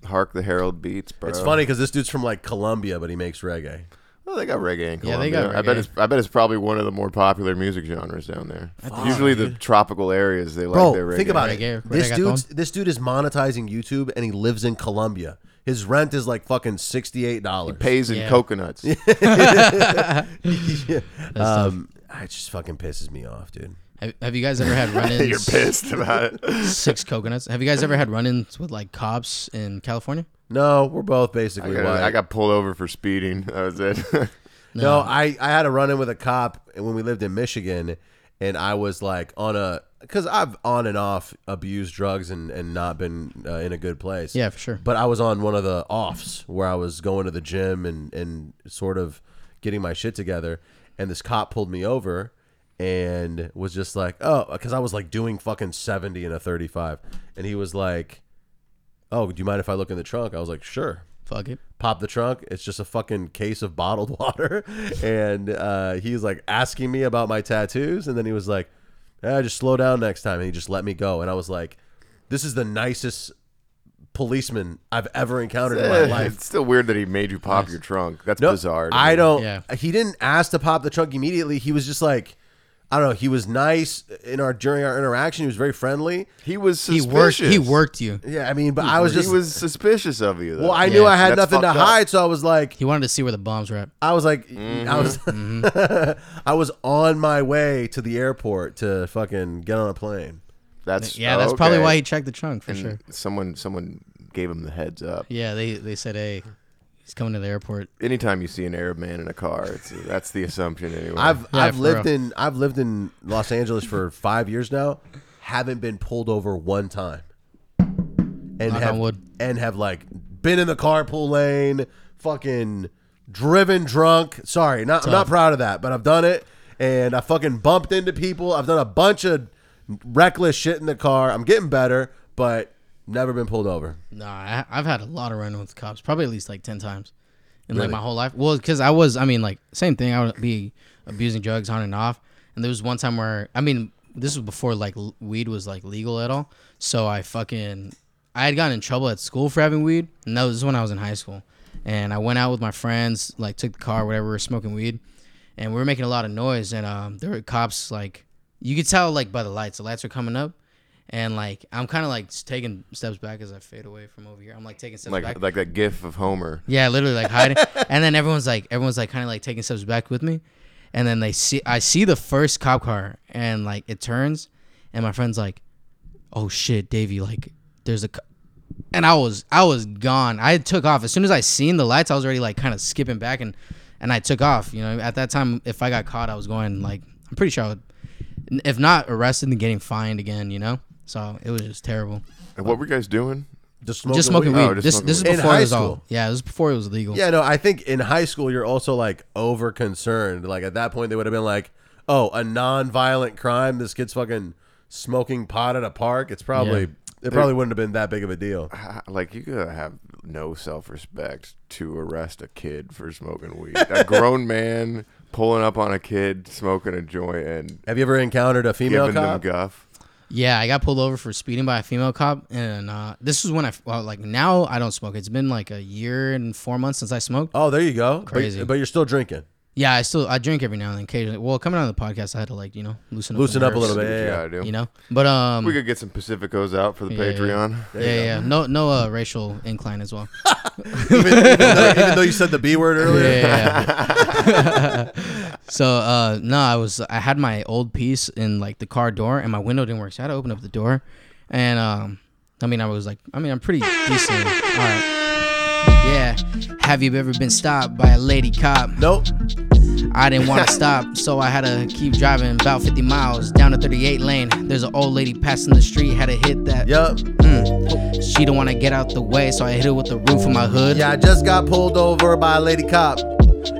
[SPEAKER 2] Hark the Harold Beats, bro.
[SPEAKER 6] It's funny because this dude's from like Colombia, but he makes reggae.
[SPEAKER 2] Well, Oh, they got reggae in
[SPEAKER 1] Yeah, they
[SPEAKER 2] Colombia.
[SPEAKER 1] got
[SPEAKER 2] I bet
[SPEAKER 1] reggae.
[SPEAKER 2] it's I bet it's probably one of the more popular music genres down there. Usually the tropical areas they like their
[SPEAKER 6] Bro,
[SPEAKER 2] reggae.
[SPEAKER 6] think about
[SPEAKER 1] Reggae,
[SPEAKER 6] it.
[SPEAKER 1] reggaeton.
[SPEAKER 6] This dude, this dude is monetizing YouTube, and he lives in Colombia. His rent is like fucking sixty-eight dollars.
[SPEAKER 2] Pays in
[SPEAKER 1] Yeah.
[SPEAKER 2] coconuts.
[SPEAKER 6] Um, it just fucking pisses me off, dude.
[SPEAKER 1] Have, have you guys ever had run-ins?
[SPEAKER 2] You're pissed about it.
[SPEAKER 1] Six coconuts. Have you guys ever had run-ins with like cops in California?
[SPEAKER 6] No, we're both
[SPEAKER 2] I
[SPEAKER 6] basically
[SPEAKER 2] got,
[SPEAKER 6] white.
[SPEAKER 2] I got pulled over for speeding. That was it.
[SPEAKER 6] No, I, I had a run in with a cop when we lived in Michigan, and I was like on a because I've on and off abused drugs and and not been uh, in a good place.
[SPEAKER 1] Yeah, for sure.
[SPEAKER 6] But I was on one of the offs where I was going to the gym and and sort of getting my shit together, and this cop pulled me over and was just like, oh, because I was like doing fucking seventy and a thirty five, and he was like, oh, do you mind if I look in the trunk? I was like, sure
[SPEAKER 1] Fuck it.
[SPEAKER 6] pop the trunk. It's just a fucking case of bottled water. And uh, he's like asking me about my tattoos. And then he was like, eh, just slow down next time. And he just let me go. And I was like, this is the nicest policeman I've ever encountered in my life.
[SPEAKER 2] it's still weird that he made you pop your trunk. That's
[SPEAKER 6] No,
[SPEAKER 2] bizarre. to
[SPEAKER 6] I
[SPEAKER 2] me.
[SPEAKER 6] don't.
[SPEAKER 1] Yeah.
[SPEAKER 6] He didn't ask to pop the trunk immediately. He was just like, I don't know. He was nice in our during our interaction. He was very friendly.
[SPEAKER 2] He was
[SPEAKER 1] He
[SPEAKER 2] suspicious.
[SPEAKER 1] worked. He worked you.
[SPEAKER 6] Yeah, I mean, but I was just.
[SPEAKER 2] he was suspicious of you. Though.
[SPEAKER 6] well, I knew I had
[SPEAKER 2] That's
[SPEAKER 6] nothing to
[SPEAKER 2] fucked up.
[SPEAKER 6] hide, so I was like,
[SPEAKER 1] He wanted to see where the bombs were at.
[SPEAKER 6] I was like, I was,
[SPEAKER 1] Mm-hmm.
[SPEAKER 6] I was on my way to the airport to fucking get on a plane.
[SPEAKER 2] That's
[SPEAKER 1] Yeah, that's probably
[SPEAKER 2] Oh, okay.
[SPEAKER 1] why he checked the trunk for sure.
[SPEAKER 2] And Someone, someone gave him the heads up.
[SPEAKER 1] Yeah, they they said, hey, he's coming to the airport.
[SPEAKER 2] Anytime you see an Arab man in a car, it's, that's the assumption anyway.
[SPEAKER 6] I've
[SPEAKER 1] Yeah,
[SPEAKER 6] I've
[SPEAKER 1] for
[SPEAKER 6] lived
[SPEAKER 1] real.
[SPEAKER 6] in I've lived in Los Angeles for five years now, haven't been pulled over one time, and
[SPEAKER 1] Knock
[SPEAKER 6] have
[SPEAKER 1] on wood.
[SPEAKER 6] and have like been in the carpool lane, fucking driven drunk. Sorry, not I'm not proud of that, but I've done it, and I fucking bumped into people. I've done a bunch of reckless shit in the car. I'm getting better, but never been pulled over.
[SPEAKER 1] Nah, I, I've had a lot of run-ins with cops, probably at least like ten times in like
[SPEAKER 6] Really?
[SPEAKER 1] my whole life. Well, because I was, I mean, like same thing. I would be abusing drugs on and off, and there was one time where, I mean, this was before like l- weed was like legal at all. So I fucking, I had gotten in trouble at school for having weed, and that was when I was in high school. And I went out with my friends, like took the car, whatever, we were smoking weed, and we were making a lot of noise. And um, there were cops, like you could tell, like by the lights, the lights were coming up. And like I'm kind of like s- taking steps back as I fade away from over here. I'm like taking steps back.
[SPEAKER 2] like like that GIF of Homer.
[SPEAKER 1] Yeah, literally like hiding. and then everyone's like, everyone's like kind of like taking steps back with me. And then they see, I see the first cop car and like it turns and my friend's like, oh shit, Davey, like there's a, co-" and I was, I was gone. I took off. As soon as I seen the lights, I was already like kind of skipping back and, and I took off. You know, at that time, if I got caught, I was going like, I'm pretty sure I would, if not arrested and getting fined again, you know? So it was just terrible.
[SPEAKER 2] And what were you guys doing?
[SPEAKER 6] Just
[SPEAKER 1] just smoking weed.
[SPEAKER 2] weed. Oh, just
[SPEAKER 1] this this
[SPEAKER 2] smoking weed.
[SPEAKER 1] is
[SPEAKER 6] In
[SPEAKER 1] before
[SPEAKER 6] high
[SPEAKER 1] it was all.
[SPEAKER 6] school.
[SPEAKER 1] Yeah, this is before it was legal.
[SPEAKER 6] Yeah, no, I think in high school you're also like over concerned. Like at that point they would have been like, "Oh, a non-violent crime. This kid's fucking smoking pot at a park, it's probably it probably wouldn't have been that big of a deal.
[SPEAKER 2] I- Like you gotta have no self respect to arrest a kid for smoking weed. a grown man pulling up on a kid smoking a joint and
[SPEAKER 6] Have you ever encountered a female
[SPEAKER 2] giving
[SPEAKER 6] cop?
[SPEAKER 2] them guff.
[SPEAKER 1] Yeah, I got pulled over for speeding by a female cop, and uh, this was when I well, like now I don't smoke. It's been like a year and four months since I smoked.
[SPEAKER 6] Oh, there you go.
[SPEAKER 1] Crazy.
[SPEAKER 6] But, but you're still drinking.
[SPEAKER 1] Yeah, I still I drink every now and then occasionally. Well, coming on the podcast, I had to like you know loosen up, the
[SPEAKER 6] Loosen up a
[SPEAKER 1] nerves,
[SPEAKER 6] little bit. Yeah,
[SPEAKER 2] You
[SPEAKER 6] yeah.
[SPEAKER 2] gotta do.
[SPEAKER 1] you know. But um,
[SPEAKER 2] We could get some Pacificos out for the
[SPEAKER 1] Yeah, yeah.
[SPEAKER 2] Patreon.
[SPEAKER 1] yeah, yeah, yeah. no, no uh, racial incline as well.
[SPEAKER 6] even, even though, even though you said the B word earlier.
[SPEAKER 1] yeah, yeah, yeah. so uh, no, I was I had my old piece in like the car door, and my window didn't work, so I had to open up the door. And um, I mean, I was like, I mean, I'm pretty decent. All right. Yeah. Have you ever been stopped by a lady cop?
[SPEAKER 6] Nope.
[SPEAKER 1] I didn't want to stop, so I had to keep driving about 50 miles down the 38 lane. There's an old lady passing the street, had to hit that.
[SPEAKER 6] Yup.
[SPEAKER 1] She don't want to get out the way, so I hit her with the roof of my hood.
[SPEAKER 6] Yeah, I just got pulled over by a lady cop.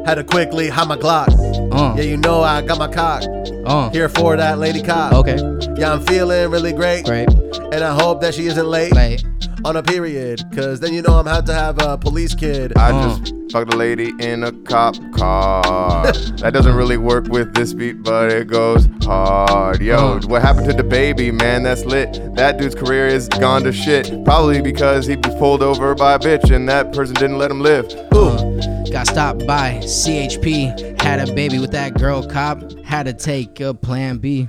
[SPEAKER 6] Had to quickly hide my Glock.
[SPEAKER 1] Uh.
[SPEAKER 6] Yeah, you know I got my cock.
[SPEAKER 1] Oh.
[SPEAKER 6] Here for that lady cop.
[SPEAKER 1] Okay.
[SPEAKER 6] Yeah, I'm feeling really great.
[SPEAKER 1] Great.
[SPEAKER 6] And I hope that she isn't late
[SPEAKER 1] Like,
[SPEAKER 6] on a period. Cause then you know I'm about to have a police kid.
[SPEAKER 2] I
[SPEAKER 1] Oh.
[SPEAKER 2] just fucked a lady in a cop car. that doesn't really work with this beat, but it goes hard. Yo,
[SPEAKER 1] Oh.
[SPEAKER 2] what happened to the baby, man? That's lit. That dude's career is gone to shit. Probably because he was pulled over by a bitch and that person didn't let him live.
[SPEAKER 1] Got stopped by CHP. Had a baby with that girl cop. Had to take a plan B.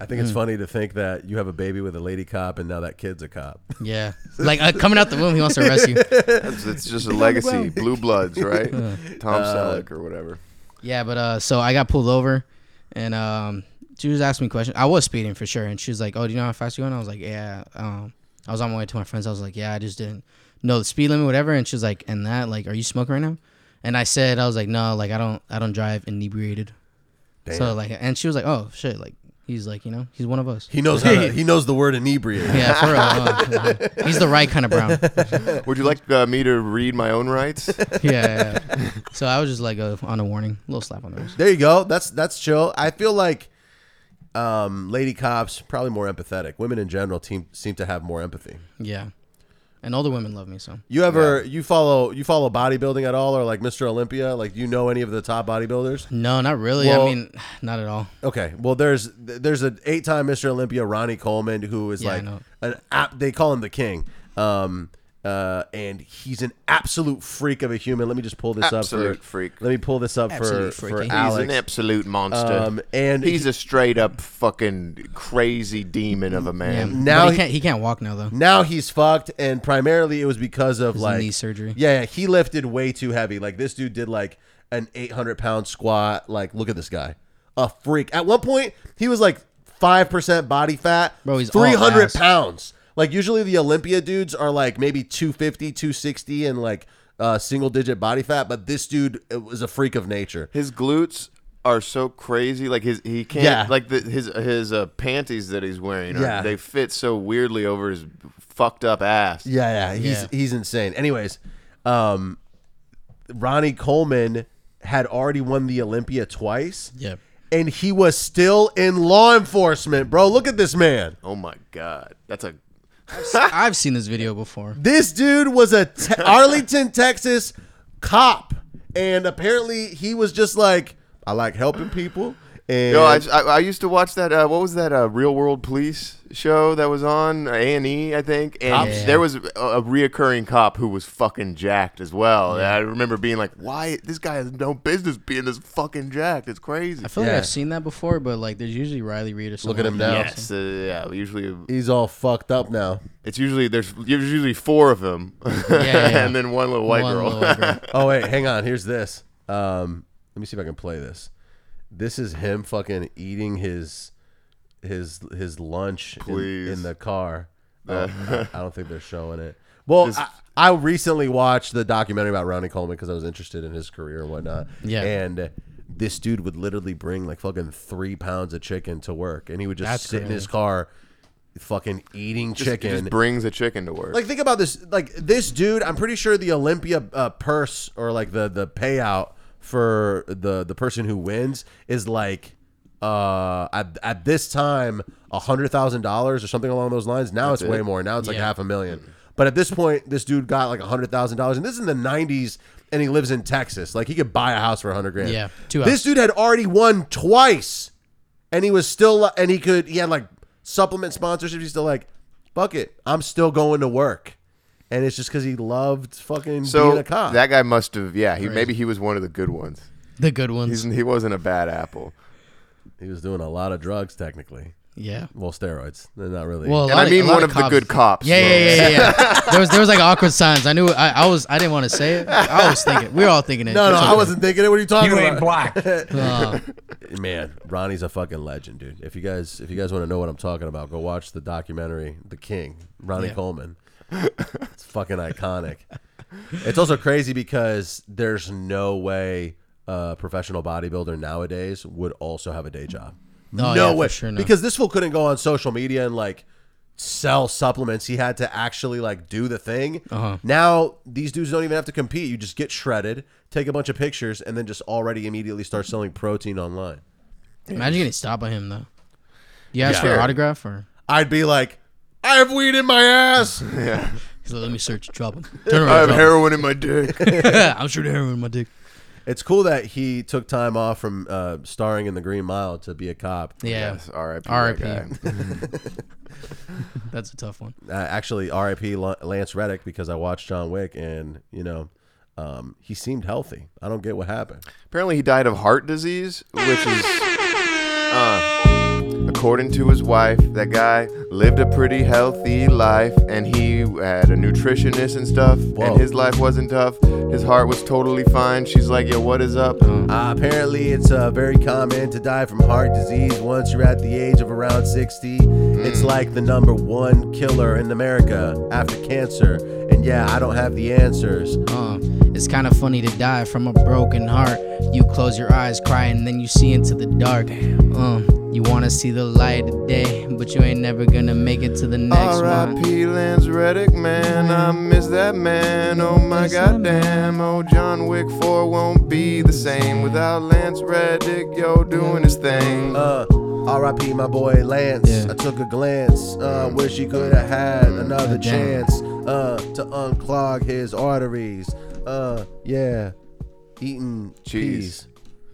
[SPEAKER 6] I think it's
[SPEAKER 1] Mm.
[SPEAKER 6] funny to think that you have a baby with a lady cop and now that kid's a cop.
[SPEAKER 1] Yeah. Like uh, coming out the womb, he wants to arrest you.
[SPEAKER 2] It's, it's just a legacy. Blue Bloods, right? Tom Selleck or whatever.
[SPEAKER 1] Yeah, but uh, so I got pulled over, and um, she was asking me questions. I was speeding for sure, and she was like, "Oh, do you know how fast you're going?" I was like, "Yeah." Um, I was on my way to my friends. I was like, "Yeah, I just didn't know the speed limit, whatever." And she was like, "And that, like, are you smoking right now?" And I said, "I was like, no, like, I don't, I don't drive inebriated." So like, and she was like, "Oh shit, like, he's like, you know, he's one of us."
[SPEAKER 6] He knows how to, he knows the word inebriate.
[SPEAKER 1] yeah, for real. uh, uh, he's the right kind of brown.
[SPEAKER 2] Would you like uh, me to read my own rights?
[SPEAKER 1] Yeah. yeah, yeah. So I was just like uh on a warning, little slap on the wrist.
[SPEAKER 6] There you go. That's that's chill. I feel like um, lady cops probably more empathetic. Women in general team, seem to have more empathy.
[SPEAKER 1] Yeah, and older women love me so.
[SPEAKER 6] You ever you follow you follow bodybuilding at all or like Mr. Olympia? Like do you know any of the top bodybuilders?
[SPEAKER 1] No, not really.
[SPEAKER 6] Well-
[SPEAKER 1] I mean, not at all.
[SPEAKER 6] Okay, well there's there's an eight time Mr. Olympia Ronnie Coleman who is
[SPEAKER 1] Yeah, I
[SPEAKER 6] like
[SPEAKER 1] know.
[SPEAKER 6] an app. They call him the king. Um, uh, and he's an absolute freak of a human. Let me just pull this up.
[SPEAKER 2] Absolute
[SPEAKER 6] for-
[SPEAKER 2] freak.
[SPEAKER 6] Let me pull this up for,
[SPEAKER 1] Absolute freaky.
[SPEAKER 6] for
[SPEAKER 1] He's an
[SPEAKER 6] Alex.
[SPEAKER 2] absolute monster.
[SPEAKER 6] Um, and
[SPEAKER 2] He's a straight up fucking crazy demon of a man.
[SPEAKER 1] Now
[SPEAKER 6] Now
[SPEAKER 1] he
[SPEAKER 6] he-
[SPEAKER 1] can't. He can't walk now though.
[SPEAKER 6] now he's fucked and primarily it was because of like
[SPEAKER 1] knee surgery.
[SPEAKER 6] yeah yeah, he lifted way too heavy like this dude did like an 800 pound squat like look at this guy a freak at one point he was like 5% body fat
[SPEAKER 1] Bro, he's all
[SPEAKER 6] 300
[SPEAKER 1] ass.
[SPEAKER 6] pounds like usually the olympia dudes are like maybe 250 260 and like uh, single digit body fat but this dude it was a freak of nature
[SPEAKER 2] His glutes are so crazy. Like his he can't
[SPEAKER 6] Yeah.
[SPEAKER 2] like the, his his uh, panties that he's wearing. Are,
[SPEAKER 6] Yeah.
[SPEAKER 2] they fit so weirdly over his fucked up ass.
[SPEAKER 6] Yeah, yeah, he's
[SPEAKER 1] Yeah.
[SPEAKER 6] he's insane. Anyways, um, Ronnie Coleman had already won the Olympia twice.
[SPEAKER 1] Yep.
[SPEAKER 6] and he was still in law enforcement, bro. Look at this man.
[SPEAKER 2] Oh my god, that's a
[SPEAKER 1] I've seen this video before.
[SPEAKER 6] This dude was a te- Arlington, Texas cop, and apparently he was just like, I like helping people. And
[SPEAKER 2] Yo, I, I, I used to watch that. Uh, what was that? Uh, Real World Police show that was on A and E, I think. And
[SPEAKER 1] Cops.
[SPEAKER 2] there was a, a reoccurring cop who was fucking jacked as well. And I remember being like, "Why this guy has no business being this fucking jacked? It's crazy."
[SPEAKER 1] I feel
[SPEAKER 6] Yeah.
[SPEAKER 1] like I've seen that before, but like there's usually Riley Reed or something.
[SPEAKER 6] at him now.
[SPEAKER 1] like that.
[SPEAKER 2] Yes, uh, yeah. Usually,
[SPEAKER 6] he's all fucked up now.
[SPEAKER 2] it's usually there's, there's usually four of them,
[SPEAKER 1] yeah.
[SPEAKER 2] and then one little white
[SPEAKER 1] One
[SPEAKER 2] girl.
[SPEAKER 1] little white girl.
[SPEAKER 6] Oh wait, hang on. Here's this. Um, let me see if I can play this. This is him fucking eating his his his lunch in,
[SPEAKER 2] Please.
[SPEAKER 6] in the car. Oh, I, I don't think they're showing it. Well, I, I recently watched the documentary about Ronnie Coleman because I was interested in his career and whatnot.
[SPEAKER 1] Yeah.
[SPEAKER 6] and this dude would literally bring like fucking three pounds of chicken to work, and he would just
[SPEAKER 1] That's
[SPEAKER 6] sit in
[SPEAKER 1] crazy.
[SPEAKER 6] his car, fucking eating
[SPEAKER 2] Just-
[SPEAKER 6] chicken.
[SPEAKER 2] just brings a chicken to work.
[SPEAKER 6] Like think about this. Like this dude, I'm pretty sure the Olympia uh, purse or like the the payout for the the person who wins is like uh, at, at this time a hundred thousand dollars or something along those lines. Now it's way more. Now it's like
[SPEAKER 1] Yeah.
[SPEAKER 6] half a million. But at this point, this dude got like a hundred thousand dollars, and this is in the '90s, and he lives in Texas. Like he could buy a house for a hundred grand.
[SPEAKER 1] Yeah, two
[SPEAKER 6] This
[SPEAKER 1] houses.
[SPEAKER 6] dude had already won twice, and he was still and he could he had like supplement sponsorships. He's still like, fuck it, I'm still going to work, and it's just because he loved fucking
[SPEAKER 2] So
[SPEAKER 6] being a cop.
[SPEAKER 2] that guy must have. Yeah, he maybe he was one of the good ones.
[SPEAKER 1] The good ones.
[SPEAKER 2] He's, he wasn't a bad apple.
[SPEAKER 6] he was doing a lot of drugs, technically.
[SPEAKER 1] yeah.
[SPEAKER 6] Well, steroids. They're not really.
[SPEAKER 1] Well, a
[SPEAKER 2] And
[SPEAKER 1] lot
[SPEAKER 2] I mean
[SPEAKER 1] a lot
[SPEAKER 2] one of the good cops.
[SPEAKER 1] Yeah, yeah, yeah, yeah. yeah. there was there was like awkward signs. I knew I, I was I didn't want to say it. I was thinking we were all thinking it.
[SPEAKER 6] no, no,
[SPEAKER 1] It's
[SPEAKER 6] I
[SPEAKER 1] okay.
[SPEAKER 6] wasn't thinking it. What are you talking
[SPEAKER 3] You
[SPEAKER 6] about?
[SPEAKER 3] ain't black.
[SPEAKER 1] Uh,
[SPEAKER 6] Man, Ronnie's a fucking legend, dude. If you guys if you guys want to know what I'm talking about, go watch the documentary The King, Ronnie
[SPEAKER 1] Yeah.
[SPEAKER 6] Coleman. It's fucking iconic. It's also crazy because there's no way a professional bodybuilder nowadays would also have a day job.
[SPEAKER 1] Oh,
[SPEAKER 6] no
[SPEAKER 1] yeah, for
[SPEAKER 6] way.
[SPEAKER 1] sure, no.
[SPEAKER 6] Because this fool couldn't go on social media and like sell supplements. He had to actually like do the thing.
[SPEAKER 1] Uh-huh.
[SPEAKER 6] Now these dudes don't even have to compete. You just get shredded, take a bunch of pictures, and then just already immediately start selling protein online.
[SPEAKER 1] imagine getting stopped by him though. You asked
[SPEAKER 6] Yeah.
[SPEAKER 1] for an
[SPEAKER 6] Sure.
[SPEAKER 1] autograph or
[SPEAKER 6] I'd be like, I have weed in my ass.
[SPEAKER 1] he's like, let me search drop him. Turn
[SPEAKER 2] I
[SPEAKER 1] around.
[SPEAKER 2] have
[SPEAKER 1] drop
[SPEAKER 2] heroin in my dick.
[SPEAKER 1] him. I'm shooting heroin in my dick.
[SPEAKER 6] it's cool that he took time off from uh, starring in The Green Mile to be a cop.
[SPEAKER 1] Yeah.
[SPEAKER 2] Yes, uh. R.I.P.
[SPEAKER 1] R.I.P.
[SPEAKER 2] that guy.
[SPEAKER 1] That's a tough one.
[SPEAKER 6] Uh, actually, R.I.P. L- Lance Reddick because I watched John Wick and you know. Um, he seemed healthy. I don't get what happened.
[SPEAKER 2] Apparently, he died of heart disease, which is, uh, according to his wife, that guy lived a pretty healthy life, and he had a nutritionist and stuff,
[SPEAKER 6] Whoa.
[SPEAKER 2] and his life wasn't tough. His heart was totally fine. She's like, "Yo, what is up?"
[SPEAKER 6] Uh, apparently, it's uh, very common to die from heart disease once you're at the age of around 60.
[SPEAKER 1] Mm.
[SPEAKER 6] It's like the number one killer in America after cancer. And yeah, I don't have the answers.
[SPEAKER 1] Uh, it's kind of funny to die from a broken heart. You close your eyes, cry, and then you see into the dark. Uh, you wanna see the light of day, but you ain't never gonna make it to the next one.
[SPEAKER 2] R.I.P. Lance Reddick, man, I miss that man. Oh my goddamn, oh John Wick 4 won't be the same without Lance Reddick, yo, doing his thing.
[SPEAKER 6] Uh, R.I.P. my boy Lance.
[SPEAKER 1] Yeah. Mm.
[SPEAKER 6] I took a glance. Uh, wish he could have had another
[SPEAKER 1] Goddamn.
[SPEAKER 6] chance. Uh, to unclog his arteries. Uh, yeah, eating
[SPEAKER 2] Cheese.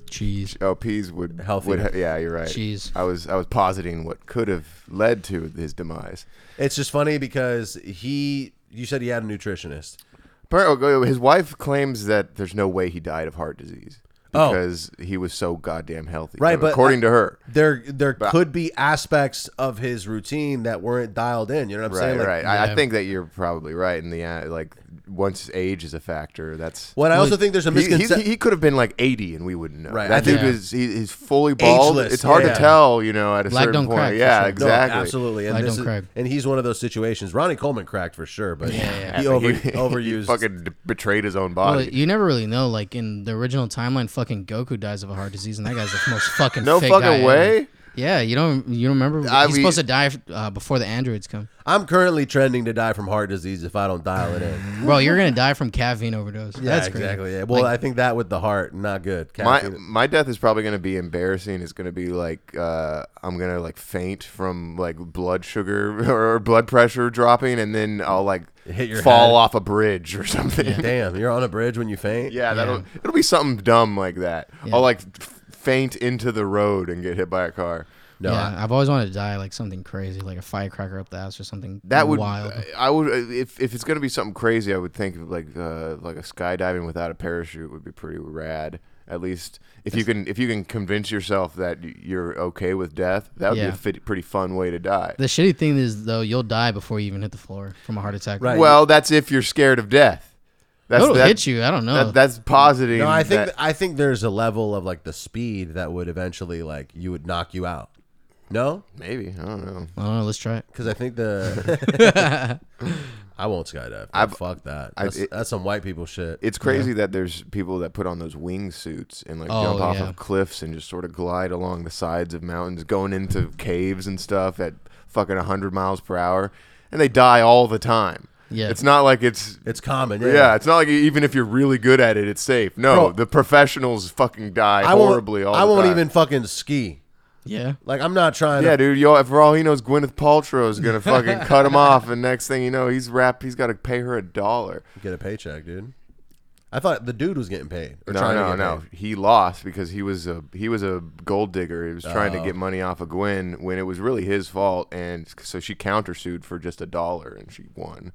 [SPEAKER 6] cheese.
[SPEAKER 1] Jeez.
[SPEAKER 2] Oh, peas would
[SPEAKER 6] Healthy.
[SPEAKER 2] Would, ha- yeah, you're right.
[SPEAKER 1] Cheese.
[SPEAKER 2] I was I was positing what could have led to his demise.
[SPEAKER 6] It's just funny because he, you said he had a nutritionist.
[SPEAKER 2] Apparently, oh, His wife claims that there's no way he died of heart disease
[SPEAKER 6] Oh.
[SPEAKER 2] because he was so goddamn healthy.
[SPEAKER 6] Right, but
[SPEAKER 2] according to her,
[SPEAKER 6] there there
[SPEAKER 2] But-
[SPEAKER 6] could be aspects of his routine that weren't dialed in. You know what I'm
[SPEAKER 2] right,
[SPEAKER 6] saying? Like,
[SPEAKER 2] right. I,
[SPEAKER 1] Yeah.
[SPEAKER 2] I think that you're probably right in the uh, like once age is a factor. That's
[SPEAKER 6] Well, and I also think there's a
[SPEAKER 2] He- he,
[SPEAKER 6] misconception.
[SPEAKER 2] he could have been like 80 and we wouldn't know.
[SPEAKER 6] Right, I
[SPEAKER 2] That dude
[SPEAKER 1] think-
[SPEAKER 2] is he, he's fully bald.
[SPEAKER 6] Ageless,
[SPEAKER 2] It's hard
[SPEAKER 6] yeah.
[SPEAKER 2] to tell, you know, at a
[SPEAKER 1] Black
[SPEAKER 2] certain
[SPEAKER 1] don't
[SPEAKER 2] point.
[SPEAKER 1] crack, for
[SPEAKER 2] yeah,
[SPEAKER 1] sure.
[SPEAKER 2] exactly.
[SPEAKER 6] No, absolutely. And
[SPEAKER 1] I
[SPEAKER 6] this
[SPEAKER 1] don't
[SPEAKER 6] is,
[SPEAKER 1] crack.
[SPEAKER 6] and he's one of those situations. Ronnie Coleman cracked for sure, but
[SPEAKER 1] Yeah.
[SPEAKER 6] he over,
[SPEAKER 2] He-
[SPEAKER 6] overused.
[SPEAKER 2] He fucking d- betrayed his own
[SPEAKER 1] Well,
[SPEAKER 2] body.
[SPEAKER 1] you never really know. Like in the original timeline, fucking Goku dies of a heart disease, and that guy's the most fucking
[SPEAKER 2] no
[SPEAKER 1] fake guy
[SPEAKER 2] fucking
[SPEAKER 1] ever.
[SPEAKER 2] way.
[SPEAKER 1] Yeah, you don't you don't remember?
[SPEAKER 2] I
[SPEAKER 1] He's
[SPEAKER 2] mean-
[SPEAKER 1] supposed to die uh, before the androids come.
[SPEAKER 6] I'm currently trending to die from heart disease if I don't dial it in.
[SPEAKER 1] Bro, you're gonna die from caffeine overdose.
[SPEAKER 6] Yeah,
[SPEAKER 1] That's crazy.
[SPEAKER 6] exactly. Yeah. Well, I think that with the heart, not good.
[SPEAKER 2] my
[SPEAKER 6] Caffeine-
[SPEAKER 2] my death is probably gonna be embarrassing. It's gonna be like uh, I'm gonna like faint from like blood sugar or blood pressure dropping, and then I'll like
[SPEAKER 6] Hit your
[SPEAKER 2] fall
[SPEAKER 6] head.
[SPEAKER 2] off a bridge or something. Yeah,
[SPEAKER 6] Damn, you're on a bridge when you faint.
[SPEAKER 2] that'll it'll be something dumb like that.
[SPEAKER 1] Yeah.
[SPEAKER 2] I'll like f- faint into the road and get hit by a car.
[SPEAKER 6] No,
[SPEAKER 1] yeah, I, have always wanted to die like something crazy, like a firecracker up the ass or something.
[SPEAKER 2] That would uh,
[SPEAKER 1] wild.
[SPEAKER 2] I would if if it's gonna be something crazy, I would think of, like uh, like a skydiving without a parachute would be pretty rad. At least if you can if you can convince yourself that y- you're okay with death, that would
[SPEAKER 1] Yeah.
[SPEAKER 2] be a fit, pretty fun way to die.
[SPEAKER 1] the shitty thing is though, you'll die before you even hit the floor from a heart attack.
[SPEAKER 6] Right.
[SPEAKER 2] Well, that's if you're scared of death. That's,
[SPEAKER 1] it'll
[SPEAKER 2] that-
[SPEAKER 1] hit you. I don't know.
[SPEAKER 2] That, that's positing.
[SPEAKER 6] No, I think
[SPEAKER 2] that-
[SPEAKER 6] I think there's a level of like the speed that would eventually like you would knock you out. No,
[SPEAKER 2] maybe I don't know.
[SPEAKER 1] I don't know. Let's try it.
[SPEAKER 6] Because I think the I won't skydive.
[SPEAKER 2] I've-
[SPEAKER 6] Fuck that.
[SPEAKER 2] I've-
[SPEAKER 6] That's, that's some white people shit.
[SPEAKER 2] It's crazy that there's people that put on those wing suits and like
[SPEAKER 1] Oh,
[SPEAKER 2] jump off
[SPEAKER 1] yeah.
[SPEAKER 2] of cliffs and just sort of glide along the sides of mountains, going into caves and stuff at fucking 100 miles per hour, and they die all the time.
[SPEAKER 1] Yeah.
[SPEAKER 2] it's not like it's.
[SPEAKER 6] it's common. Yeah,
[SPEAKER 2] yeah. it's not like even if you're really good at it, it's safe. No,
[SPEAKER 6] Bro.
[SPEAKER 2] the professionals fucking die
[SPEAKER 6] I won't,
[SPEAKER 2] horribly all
[SPEAKER 6] I
[SPEAKER 2] the
[SPEAKER 6] won't
[SPEAKER 2] time.
[SPEAKER 6] even fucking ski.
[SPEAKER 1] Yeah.
[SPEAKER 6] Like I'm not trying
[SPEAKER 2] Yeah,
[SPEAKER 6] to.
[SPEAKER 2] dude. Yo, for all he knows, Gwyneth Paltrow is gonna fucking cut him off, and next thing you know, he's rap. He's got to pay her a dollar.
[SPEAKER 6] Get a paycheck, dude. I thought the dude was getting paid. Or
[SPEAKER 2] No,
[SPEAKER 6] trying
[SPEAKER 2] no,
[SPEAKER 6] to get
[SPEAKER 2] no.
[SPEAKER 6] Paid.
[SPEAKER 2] He lost because he was a he was a gold digger. He was trying
[SPEAKER 6] Oh.
[SPEAKER 2] to get money off of Gwen when it was really his fault, and so she countersued for just a dollar, and she won.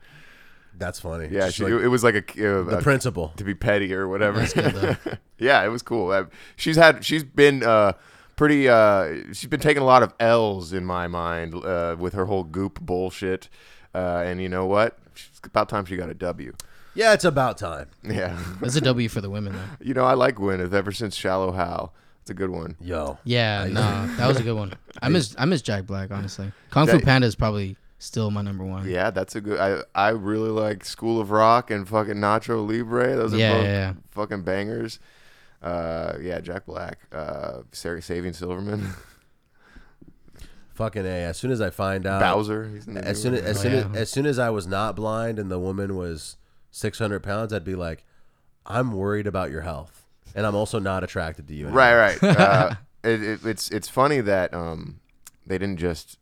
[SPEAKER 6] That's funny.
[SPEAKER 2] Yeah,
[SPEAKER 6] Just
[SPEAKER 2] she,
[SPEAKER 6] like
[SPEAKER 2] it was like a, uh, a
[SPEAKER 6] the principal.
[SPEAKER 2] to be petty or whatever. yeah, it was cool. Uh, She's had she's been uh, pretty. Uh, she's been taking a lot of L's in my mind uh, with her whole goop bullshit. Uh, and you know what? It's about time she got a W.
[SPEAKER 6] Yeah, it's about time.
[SPEAKER 2] Yeah,
[SPEAKER 1] That's a W for the women though.
[SPEAKER 2] you know I like Gwyneth ever since Shallow Hal. It's a good one.
[SPEAKER 6] Yo.
[SPEAKER 1] Yeah, no, that was a good one. I miss I miss Jack Black honestly. Kung Fu
[SPEAKER 2] That-
[SPEAKER 1] Panda is probably still my number one.
[SPEAKER 2] Yeah, that's a good. I I really like School of Rock and fucking Nacho Libre. Those are
[SPEAKER 1] Yeah,
[SPEAKER 2] both
[SPEAKER 1] yeah, yeah.
[SPEAKER 2] fucking bangers. Uh, yeah, Jack Black, uh, Sarah Saving Silverman,
[SPEAKER 6] Fucking a. As soon as I find out.
[SPEAKER 2] Bowser. He's in the
[SPEAKER 6] Uh,
[SPEAKER 2] new
[SPEAKER 6] As soon as
[SPEAKER 2] one.
[SPEAKER 6] as
[SPEAKER 1] Oh,
[SPEAKER 6] soon as,
[SPEAKER 1] yeah.
[SPEAKER 6] as soon as I was not blind and the woman was 600 pounds, I'd be like, I'm worried about your health, and I'm also not attracted to you. anymore."
[SPEAKER 2] Right, right. Uh, it, it, it's it's funny that um, they didn't just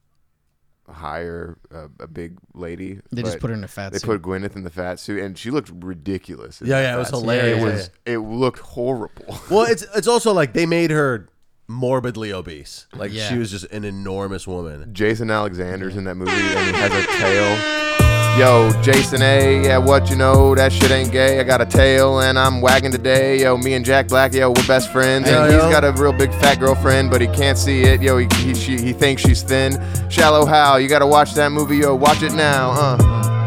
[SPEAKER 2] hire a, a big lady.
[SPEAKER 1] They just
[SPEAKER 2] but
[SPEAKER 1] put her in a fat
[SPEAKER 2] They
[SPEAKER 1] suit.
[SPEAKER 2] put Gwyneth in the fat suit, and she looked ridiculous. in
[SPEAKER 6] Yeah,
[SPEAKER 2] the
[SPEAKER 6] yeah, it was
[SPEAKER 2] fat suit.
[SPEAKER 6] hilarious.
[SPEAKER 2] It was. It looked horrible.
[SPEAKER 6] Well, it's it's also like they made her morbidly obese. Like
[SPEAKER 1] Yeah.
[SPEAKER 6] she was just an enormous woman.
[SPEAKER 2] Jason Alexander's in that movie, and he has a tail. Yo, Jason A, yeah, what you know? That shit ain't gay. I got a tail and I'm wagging today. Yo, me and Jack Black, yo, we're best friends.
[SPEAKER 6] Yo,
[SPEAKER 2] and
[SPEAKER 6] yo.
[SPEAKER 2] he's got a real big fat girlfriend, but he can't see it. Yo, he, he, she, he thinks she's thin. Shallow How, you gotta watch that movie, yo, watch it now, uh.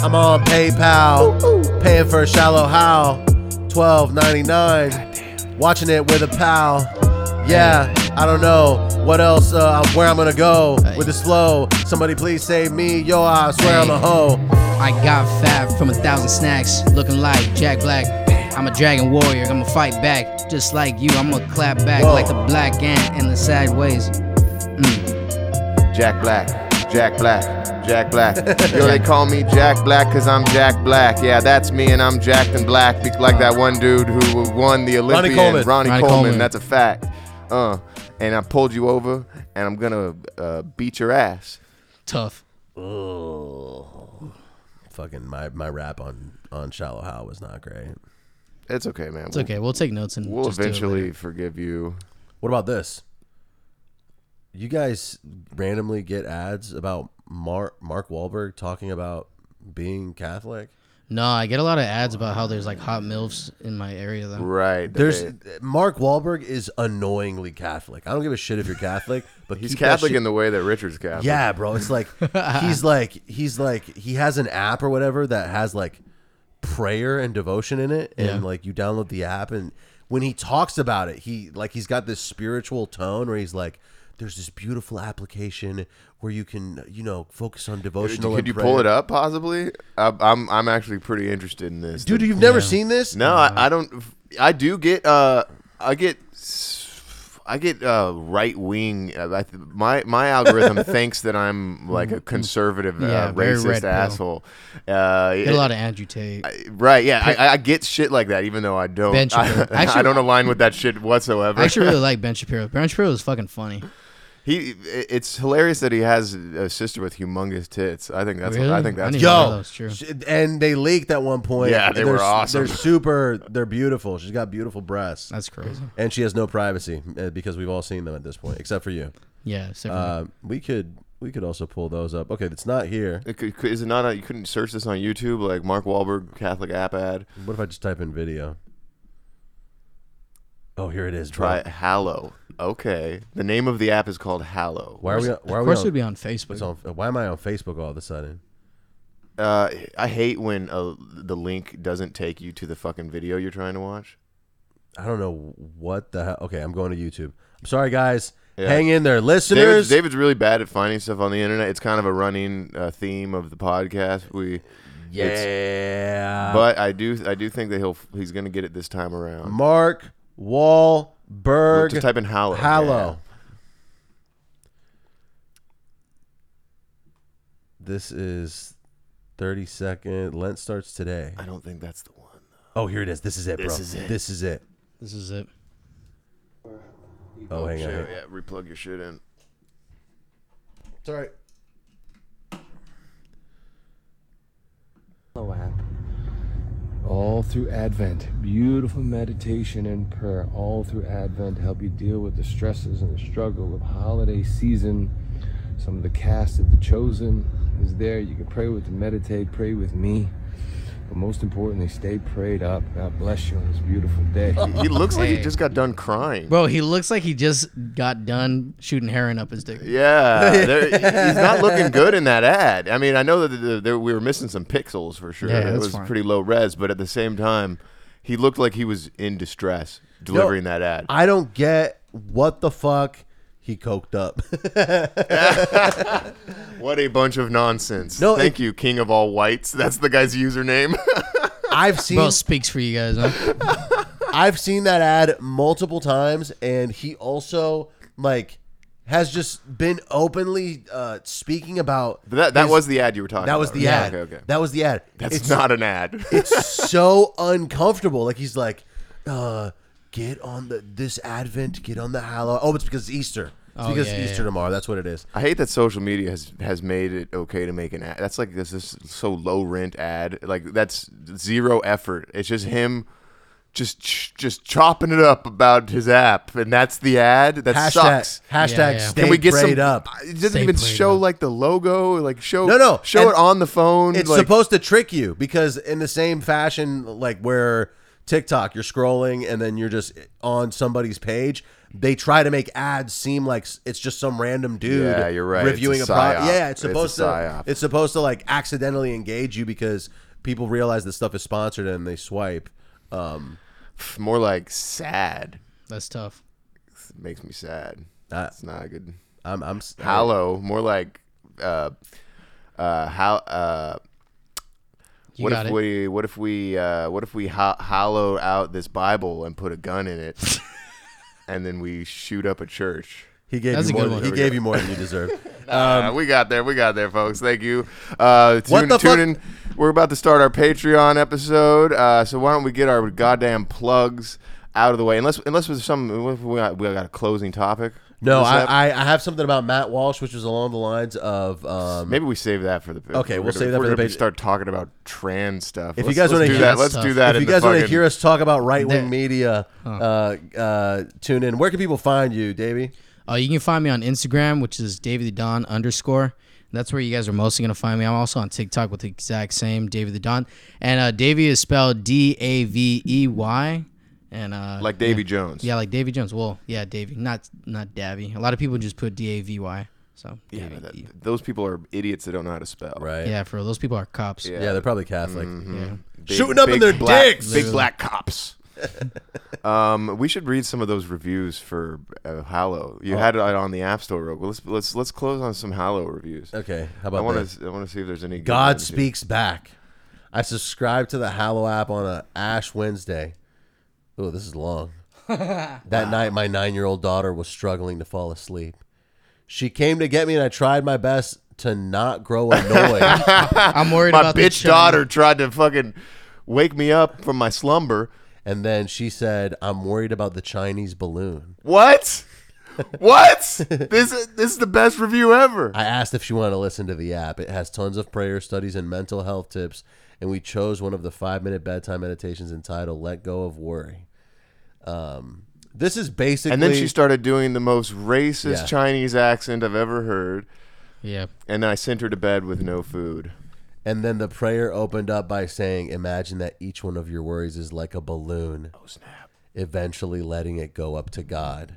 [SPEAKER 6] I'm on PayPal, paying for a shallow how, twelve ninety nine. Watching it with a pal. Yeah, I don't know what else, uh, where I'm gonna go with this flow. Somebody please save me, yo! I swear I'm a hoe.
[SPEAKER 1] I got fat from a thousand snacks, looking like Jack Black. I'm a dragon warrior, I'ma fight back. Just like you, I'ma clap back
[SPEAKER 6] Whoa.
[SPEAKER 1] like the black ant in the sideways.
[SPEAKER 2] Jack Black, Jack Black, Jack Black. Yo, they call me Jack Black because I'm Jack Black. Yeah, that's me, and I'm jacked and black, be- like that one dude who won the
[SPEAKER 6] Ronnie
[SPEAKER 2] Olympian,
[SPEAKER 6] Coleman.
[SPEAKER 1] Ronnie
[SPEAKER 2] Coleman,
[SPEAKER 1] Coleman.
[SPEAKER 2] That's a fact. Uh, and I pulled you over, and I'm gonna uh, beat your ass.
[SPEAKER 1] Tough.
[SPEAKER 6] Fucking my, my rap on on shallow how was not great.
[SPEAKER 2] It's okay, man.
[SPEAKER 1] It's okay. We'll take notes and
[SPEAKER 2] We'll
[SPEAKER 1] just do it later.
[SPEAKER 2] eventually forgive you.
[SPEAKER 6] What about this? You guys randomly get ads about Mark Mark Wahlberg talking about being Catholic.
[SPEAKER 1] No, I get a lot of ads about how there's like hot milfs in my area though.
[SPEAKER 2] Right.
[SPEAKER 6] There's
[SPEAKER 2] Hey,
[SPEAKER 6] Mark Wahlberg is annoyingly Catholic. I don't give a shit if you're Catholic, but
[SPEAKER 2] he's
[SPEAKER 6] keep that
[SPEAKER 2] Catholic
[SPEAKER 6] shit-
[SPEAKER 2] in the way that Richard's Catholic.
[SPEAKER 6] yeah, bro. It's like he's like he's like he has an app or whatever that has like prayer and devotion in it, and
[SPEAKER 1] Yeah.
[SPEAKER 6] like you download the app, and when he talks about it, he like he's got this spiritual tone where he's like, "There's this beautiful application where you can you know focus on devotional."
[SPEAKER 2] Could
[SPEAKER 6] and
[SPEAKER 2] you
[SPEAKER 6] prayer."
[SPEAKER 2] pull it up possibly? I, I'm I'm actually pretty interested in this.
[SPEAKER 6] dude? You've never seen this?
[SPEAKER 2] No,
[SPEAKER 1] Mm-hmm.
[SPEAKER 2] I, I don't. I do get. Uh, I get. s- I get uh, right wing. Uh, I th- my my algorithm thinks that I'm like a conservative,
[SPEAKER 1] Mm-hmm. Yeah,
[SPEAKER 2] uh,
[SPEAKER 1] very red
[SPEAKER 2] racist
[SPEAKER 1] pill.
[SPEAKER 2] asshole. Uh,
[SPEAKER 1] Get a lot of Andrew Tate.
[SPEAKER 2] right? Yeah, I, I get shit like that, even though I don't.
[SPEAKER 1] Ben Shapiro.
[SPEAKER 2] I,
[SPEAKER 1] Actually-
[SPEAKER 2] I don't align with that shit whatsoever.
[SPEAKER 1] I actually really like Ben Shapiro. Ben Shapiro is fucking funny.
[SPEAKER 2] he. It's hilarious that he has a sister with humongous tits. I think that's. I
[SPEAKER 1] Really?
[SPEAKER 2] think
[SPEAKER 1] I
[SPEAKER 2] that's.
[SPEAKER 1] didn't know
[SPEAKER 6] Yo,
[SPEAKER 1] that's true.
[SPEAKER 6] sh- and they leaked at one point.
[SPEAKER 2] Yeah, they
[SPEAKER 6] They're
[SPEAKER 2] were
[SPEAKER 6] s-
[SPEAKER 2] awesome.
[SPEAKER 6] They're super. They're beautiful. She's got beautiful breasts.
[SPEAKER 1] That's crazy.
[SPEAKER 6] and she has no privacy uh, because we've all seen them at this point, except for you.
[SPEAKER 1] Yeah, except for
[SPEAKER 6] Uh, we could we could also pull those up. Okay, it's not here.
[SPEAKER 2] It could- could- is it not? on- you couldn't search this on YouTube, like Mark Wahlberg Catholic app ad.
[SPEAKER 6] What if I just type in video? Oh, here it is. bro.
[SPEAKER 2] Try Hallow. Okay. The name of the app is called Hallow.
[SPEAKER 6] Why are we? Why are
[SPEAKER 1] of course
[SPEAKER 6] we
[SPEAKER 1] it'd be on Facebook.
[SPEAKER 6] on, it's on- Why am I on Facebook all of a sudden?
[SPEAKER 2] Uh, I hate when uh, the link doesn't take you to the fucking video you're trying to watch.
[SPEAKER 6] I don't know what the hell. Okay, I'm going to YouTube. I'm sorry, guys.
[SPEAKER 2] Yeah.
[SPEAKER 6] Hang in there, listeners.
[SPEAKER 2] David's, David's really bad at finding stuff on the internet. It's kind of a running uh, theme of the podcast. We, it's-
[SPEAKER 6] yeah.
[SPEAKER 2] but I do, I do think that he'll he's gonna get it this time around.
[SPEAKER 6] Mark Wahlberg.
[SPEAKER 2] Just type in Hallow.
[SPEAKER 6] Hallow. This is 30 second. Lent starts today.
[SPEAKER 2] Yeah. I don't think that's the one.
[SPEAKER 6] Oh, here it is. This is it, bro.
[SPEAKER 2] This is it.
[SPEAKER 6] This is it.
[SPEAKER 1] This is it.
[SPEAKER 6] Oh, hang on.
[SPEAKER 2] Yeah,
[SPEAKER 6] Oh, hang-
[SPEAKER 2] yeah. Replug your shit in.
[SPEAKER 3] Sorry. All through Advent, beautiful meditation and prayer, all through Advent, to help you deal with the stresses and the struggle of holiday season. Some of the cast of The Chosen is there. You can pray with them, meditate, pray with me. But most importantly, stay prayed up. God bless you on this beautiful day.
[SPEAKER 2] He looks like he just got done crying.
[SPEAKER 1] Bro, he looks like he just got done shooting heroin up his dick.
[SPEAKER 2] Yeah, there- he's not looking good in that ad. I mean, I know that the, there- we were missing some pixels for sure.
[SPEAKER 1] Yeah,
[SPEAKER 2] it
[SPEAKER 1] that's
[SPEAKER 2] was
[SPEAKER 1] fine.
[SPEAKER 2] pretty low res, but at the same time, he looked like he was in distress delivering that ad.
[SPEAKER 6] I don't get what the fuck he coked up.
[SPEAKER 2] What a bunch of nonsense!
[SPEAKER 6] No,
[SPEAKER 2] thank
[SPEAKER 6] it-
[SPEAKER 2] you, King of All Whites. That's the guy's username.
[SPEAKER 6] I've seen
[SPEAKER 1] Bro speaks for you guys, huh?
[SPEAKER 6] I've seen that ad multiple times, and he also like has just been openly uh, speaking about
[SPEAKER 2] But that that
[SPEAKER 6] his-
[SPEAKER 2] was the ad you were talking.
[SPEAKER 6] that
[SPEAKER 2] about,
[SPEAKER 6] was the
[SPEAKER 2] right?
[SPEAKER 6] ad.
[SPEAKER 2] Okay, okay.
[SPEAKER 6] That was the ad.
[SPEAKER 2] That's
[SPEAKER 6] it's
[SPEAKER 2] not an ad.
[SPEAKER 6] it's so uncomfortable. Like he's like, uh, get on the this Advent, get on the Halloween. Oh, it's because it's Easter. It's
[SPEAKER 1] Oh,
[SPEAKER 6] because
[SPEAKER 1] yeah,
[SPEAKER 6] it's
[SPEAKER 1] yeah,
[SPEAKER 6] Easter
[SPEAKER 1] yeah.
[SPEAKER 6] tomorrow. That's what it is.
[SPEAKER 2] I hate that social media has has made it okay to make an ad. That's like this is so low rent ad. Like that's zero effort. It's just him, just ch- just chopping it up about his app, and that's the ad. That
[SPEAKER 6] Hashtag
[SPEAKER 2] sucks.
[SPEAKER 6] hashtag
[SPEAKER 1] Yeah, yeah.
[SPEAKER 6] stay
[SPEAKER 2] Can we get
[SPEAKER 6] prayed
[SPEAKER 2] some?
[SPEAKER 6] up.
[SPEAKER 2] It doesn't
[SPEAKER 1] Stay
[SPEAKER 2] even
[SPEAKER 1] prayed
[SPEAKER 2] show
[SPEAKER 1] up.
[SPEAKER 2] like the logo. Like show
[SPEAKER 6] No, no.
[SPEAKER 2] show
[SPEAKER 6] And
[SPEAKER 2] it on the phone.
[SPEAKER 6] It's
[SPEAKER 2] like,
[SPEAKER 6] supposed to trick you because in the same fashion, like where TikTok, you're scrolling and then you're just on somebody's page. They try to make ads seem like s- it's just some random dude.
[SPEAKER 2] Yeah, you're right. It's
[SPEAKER 6] Reviewing
[SPEAKER 2] a
[SPEAKER 6] a, product.
[SPEAKER 2] psyop.
[SPEAKER 6] Yeah, it's
[SPEAKER 2] It's a
[SPEAKER 6] supposed to.
[SPEAKER 2] psyop.
[SPEAKER 6] It's supposed to like accidentally engage you because people realize this stuff is sponsored and they swipe. Um,
[SPEAKER 2] more like sad.
[SPEAKER 1] That's tough.
[SPEAKER 2] It makes me sad.
[SPEAKER 6] Uh,
[SPEAKER 2] It's not a good.
[SPEAKER 6] I'm, I'm s-
[SPEAKER 2] Hallow, more like uh, uh, how uh.
[SPEAKER 1] You
[SPEAKER 2] what
[SPEAKER 1] got
[SPEAKER 2] if
[SPEAKER 1] it.
[SPEAKER 2] we what if we uh, what if we ho- hollow out this Bible and put a gun in it, and then we shoot up a church?
[SPEAKER 6] He gave
[SPEAKER 1] That's
[SPEAKER 6] you
[SPEAKER 1] a
[SPEAKER 6] more.
[SPEAKER 1] good
[SPEAKER 6] Than,
[SPEAKER 1] one.
[SPEAKER 6] he
[SPEAKER 1] There we
[SPEAKER 6] gave you more than you deserve.
[SPEAKER 2] Uh, we got there, we got there, folks. Thank you. Uh, tune,
[SPEAKER 6] What the
[SPEAKER 2] tune
[SPEAKER 6] fuck?
[SPEAKER 2] in. We're about to start our Patreon episode, uh, so why don't we get our goddamn plugs out of the way? Unless unless there's some what if we got, we got a closing topic.
[SPEAKER 6] No,
[SPEAKER 2] What's
[SPEAKER 6] I,
[SPEAKER 2] up?
[SPEAKER 6] I, I have something about Matt Walsh, which was along the lines of um,
[SPEAKER 2] Maybe we save that for the.
[SPEAKER 6] Okay,
[SPEAKER 2] we're gonna-
[SPEAKER 6] we'll save that
[SPEAKER 2] if we're
[SPEAKER 6] for the
[SPEAKER 2] gonna
[SPEAKER 6] page-
[SPEAKER 2] Start talking about trans stuff.
[SPEAKER 6] If you
[SPEAKER 2] Let's-
[SPEAKER 6] guys
[SPEAKER 2] let's
[SPEAKER 6] wanna
[SPEAKER 2] do
[SPEAKER 6] hear
[SPEAKER 2] that,
[SPEAKER 1] that
[SPEAKER 2] let's
[SPEAKER 1] stuff.
[SPEAKER 2] do that.
[SPEAKER 6] if
[SPEAKER 2] in
[SPEAKER 6] you
[SPEAKER 2] the
[SPEAKER 6] guys want to
[SPEAKER 2] fucking-
[SPEAKER 6] hear us talk about right
[SPEAKER 1] There-
[SPEAKER 6] wing media, uh, uh, tune in. Where can people find you, Davey?
[SPEAKER 1] Uh, you can find me on Instagram, which is David the Don underscore. That's where you guys are mostly gonna find me. I'm also on TikTok with the exact same David the Don, and uh, Davy is spelled D A V E Y, and uh,
[SPEAKER 2] like Davy Jones.
[SPEAKER 1] yeah, like Davy Jones. Well, yeah, Davy, not not Davy. A lot of people just put D A V Y. So
[SPEAKER 2] Yeah,
[SPEAKER 1] Davey.
[SPEAKER 2] but that, those people are idiots that don't know how to spell.
[SPEAKER 6] Right. Yeah.
[SPEAKER 1] yeah, for those people are cops.
[SPEAKER 6] Yeah, they're probably Catholic.
[SPEAKER 2] Mm-hmm.
[SPEAKER 1] yeah.
[SPEAKER 2] Big-
[SPEAKER 6] Shooting up in
[SPEAKER 2] big
[SPEAKER 6] their
[SPEAKER 2] black-
[SPEAKER 6] dicks.
[SPEAKER 2] Big black cops. um, we should read some of those reviews for uh, Hallow.
[SPEAKER 6] Oh.
[SPEAKER 2] You had it on the App Store. Real. quick. Let's let's let's close on some Hallow reviews.
[SPEAKER 6] Okay.
[SPEAKER 2] I
[SPEAKER 6] How about
[SPEAKER 2] want
[SPEAKER 6] that?
[SPEAKER 2] to I want to see if there's any. good
[SPEAKER 6] God
[SPEAKER 2] ones here.
[SPEAKER 6] speaks back. I subscribed to the Hallow app on a Ash Wednesday. Oh, this is long. that night, my nine-year-old daughter was struggling to fall asleep. She came to get me, and I tried my best to not grow annoyed.
[SPEAKER 1] I'm worried
[SPEAKER 2] My
[SPEAKER 1] about the
[SPEAKER 2] bitch
[SPEAKER 1] children.
[SPEAKER 2] daughter tried to fucking wake me up from my slumber.
[SPEAKER 6] And then she said, I'm worried about the Chinese balloon.
[SPEAKER 2] What? what? This is- this is the best review ever.
[SPEAKER 6] I asked if she wanted to listen to the app. It has tons of prayer studies and mental health tips. And we chose one of the five minute bedtime meditations entitled Let Go of Worry. Um, this is basically.
[SPEAKER 2] and then she started doing the most racist
[SPEAKER 6] Yeah.
[SPEAKER 2] Chinese accent I've ever heard.
[SPEAKER 1] Yeah.
[SPEAKER 2] And I sent her to bed with no food.
[SPEAKER 6] and then the prayer opened up by saying, Imagine that each one of your worries is like a balloon. Oh, snap. Eventually letting it go up to God.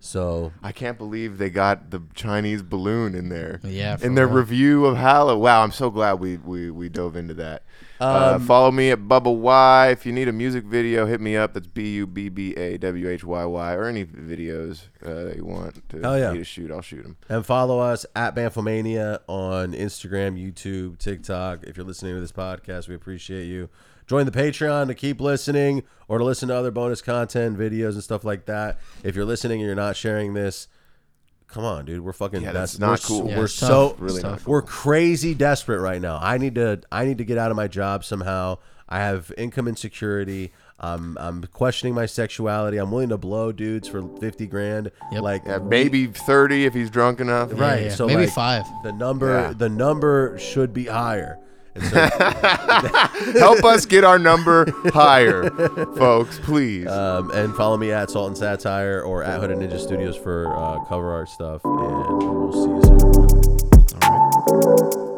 [SPEAKER 6] so
[SPEAKER 2] I can't believe they got the Chinese balloon in there.
[SPEAKER 1] Yeah, for
[SPEAKER 2] In their review of Hallow. Wow, I'm so glad we, we, we dove into that.
[SPEAKER 6] Um,
[SPEAKER 2] uh, follow me at Bubba Y. If you need a music video, hit me up. That's B U B B A W H Y Y. Or any videos uh, that you want to,
[SPEAKER 6] Hell yeah.
[SPEAKER 2] me to shoot, I'll shoot them.
[SPEAKER 6] And follow us at Banfomania on Instagram, YouTube, TikTok. If you're listening to this podcast, we appreciate you. Join the Patreon to keep listening or to listen to other bonus content, videos, and stuff like that. If you're listening and you're not sharing this, come on, dude. We're fucking
[SPEAKER 2] Yeah,
[SPEAKER 6] des-
[SPEAKER 2] that's not
[SPEAKER 6] we're,
[SPEAKER 2] cool.
[SPEAKER 6] We're
[SPEAKER 2] Yeah,
[SPEAKER 1] it's tough.
[SPEAKER 6] so
[SPEAKER 2] Really not
[SPEAKER 6] we're crazy desperate right now. I need to I need to get out of my job somehow. I have income insecurity. I'm I'm questioning my sexuality. I'm willing to blow dudes for fifty grand.
[SPEAKER 1] Yep.
[SPEAKER 6] Like
[SPEAKER 2] Yeah, maybe 30 if he's drunk enough.
[SPEAKER 6] right.
[SPEAKER 1] yeah.
[SPEAKER 6] So
[SPEAKER 1] Maybe
[SPEAKER 6] like,
[SPEAKER 1] five.
[SPEAKER 6] The number
[SPEAKER 2] Yeah.
[SPEAKER 6] the number should be higher. And so
[SPEAKER 2] Help us get our number higher, folks, please.
[SPEAKER 6] um, and follow me at Salt and Satire or at Hooded Ninja Studios for uh, cover art stuff. And we'll see you soon.
[SPEAKER 2] All right.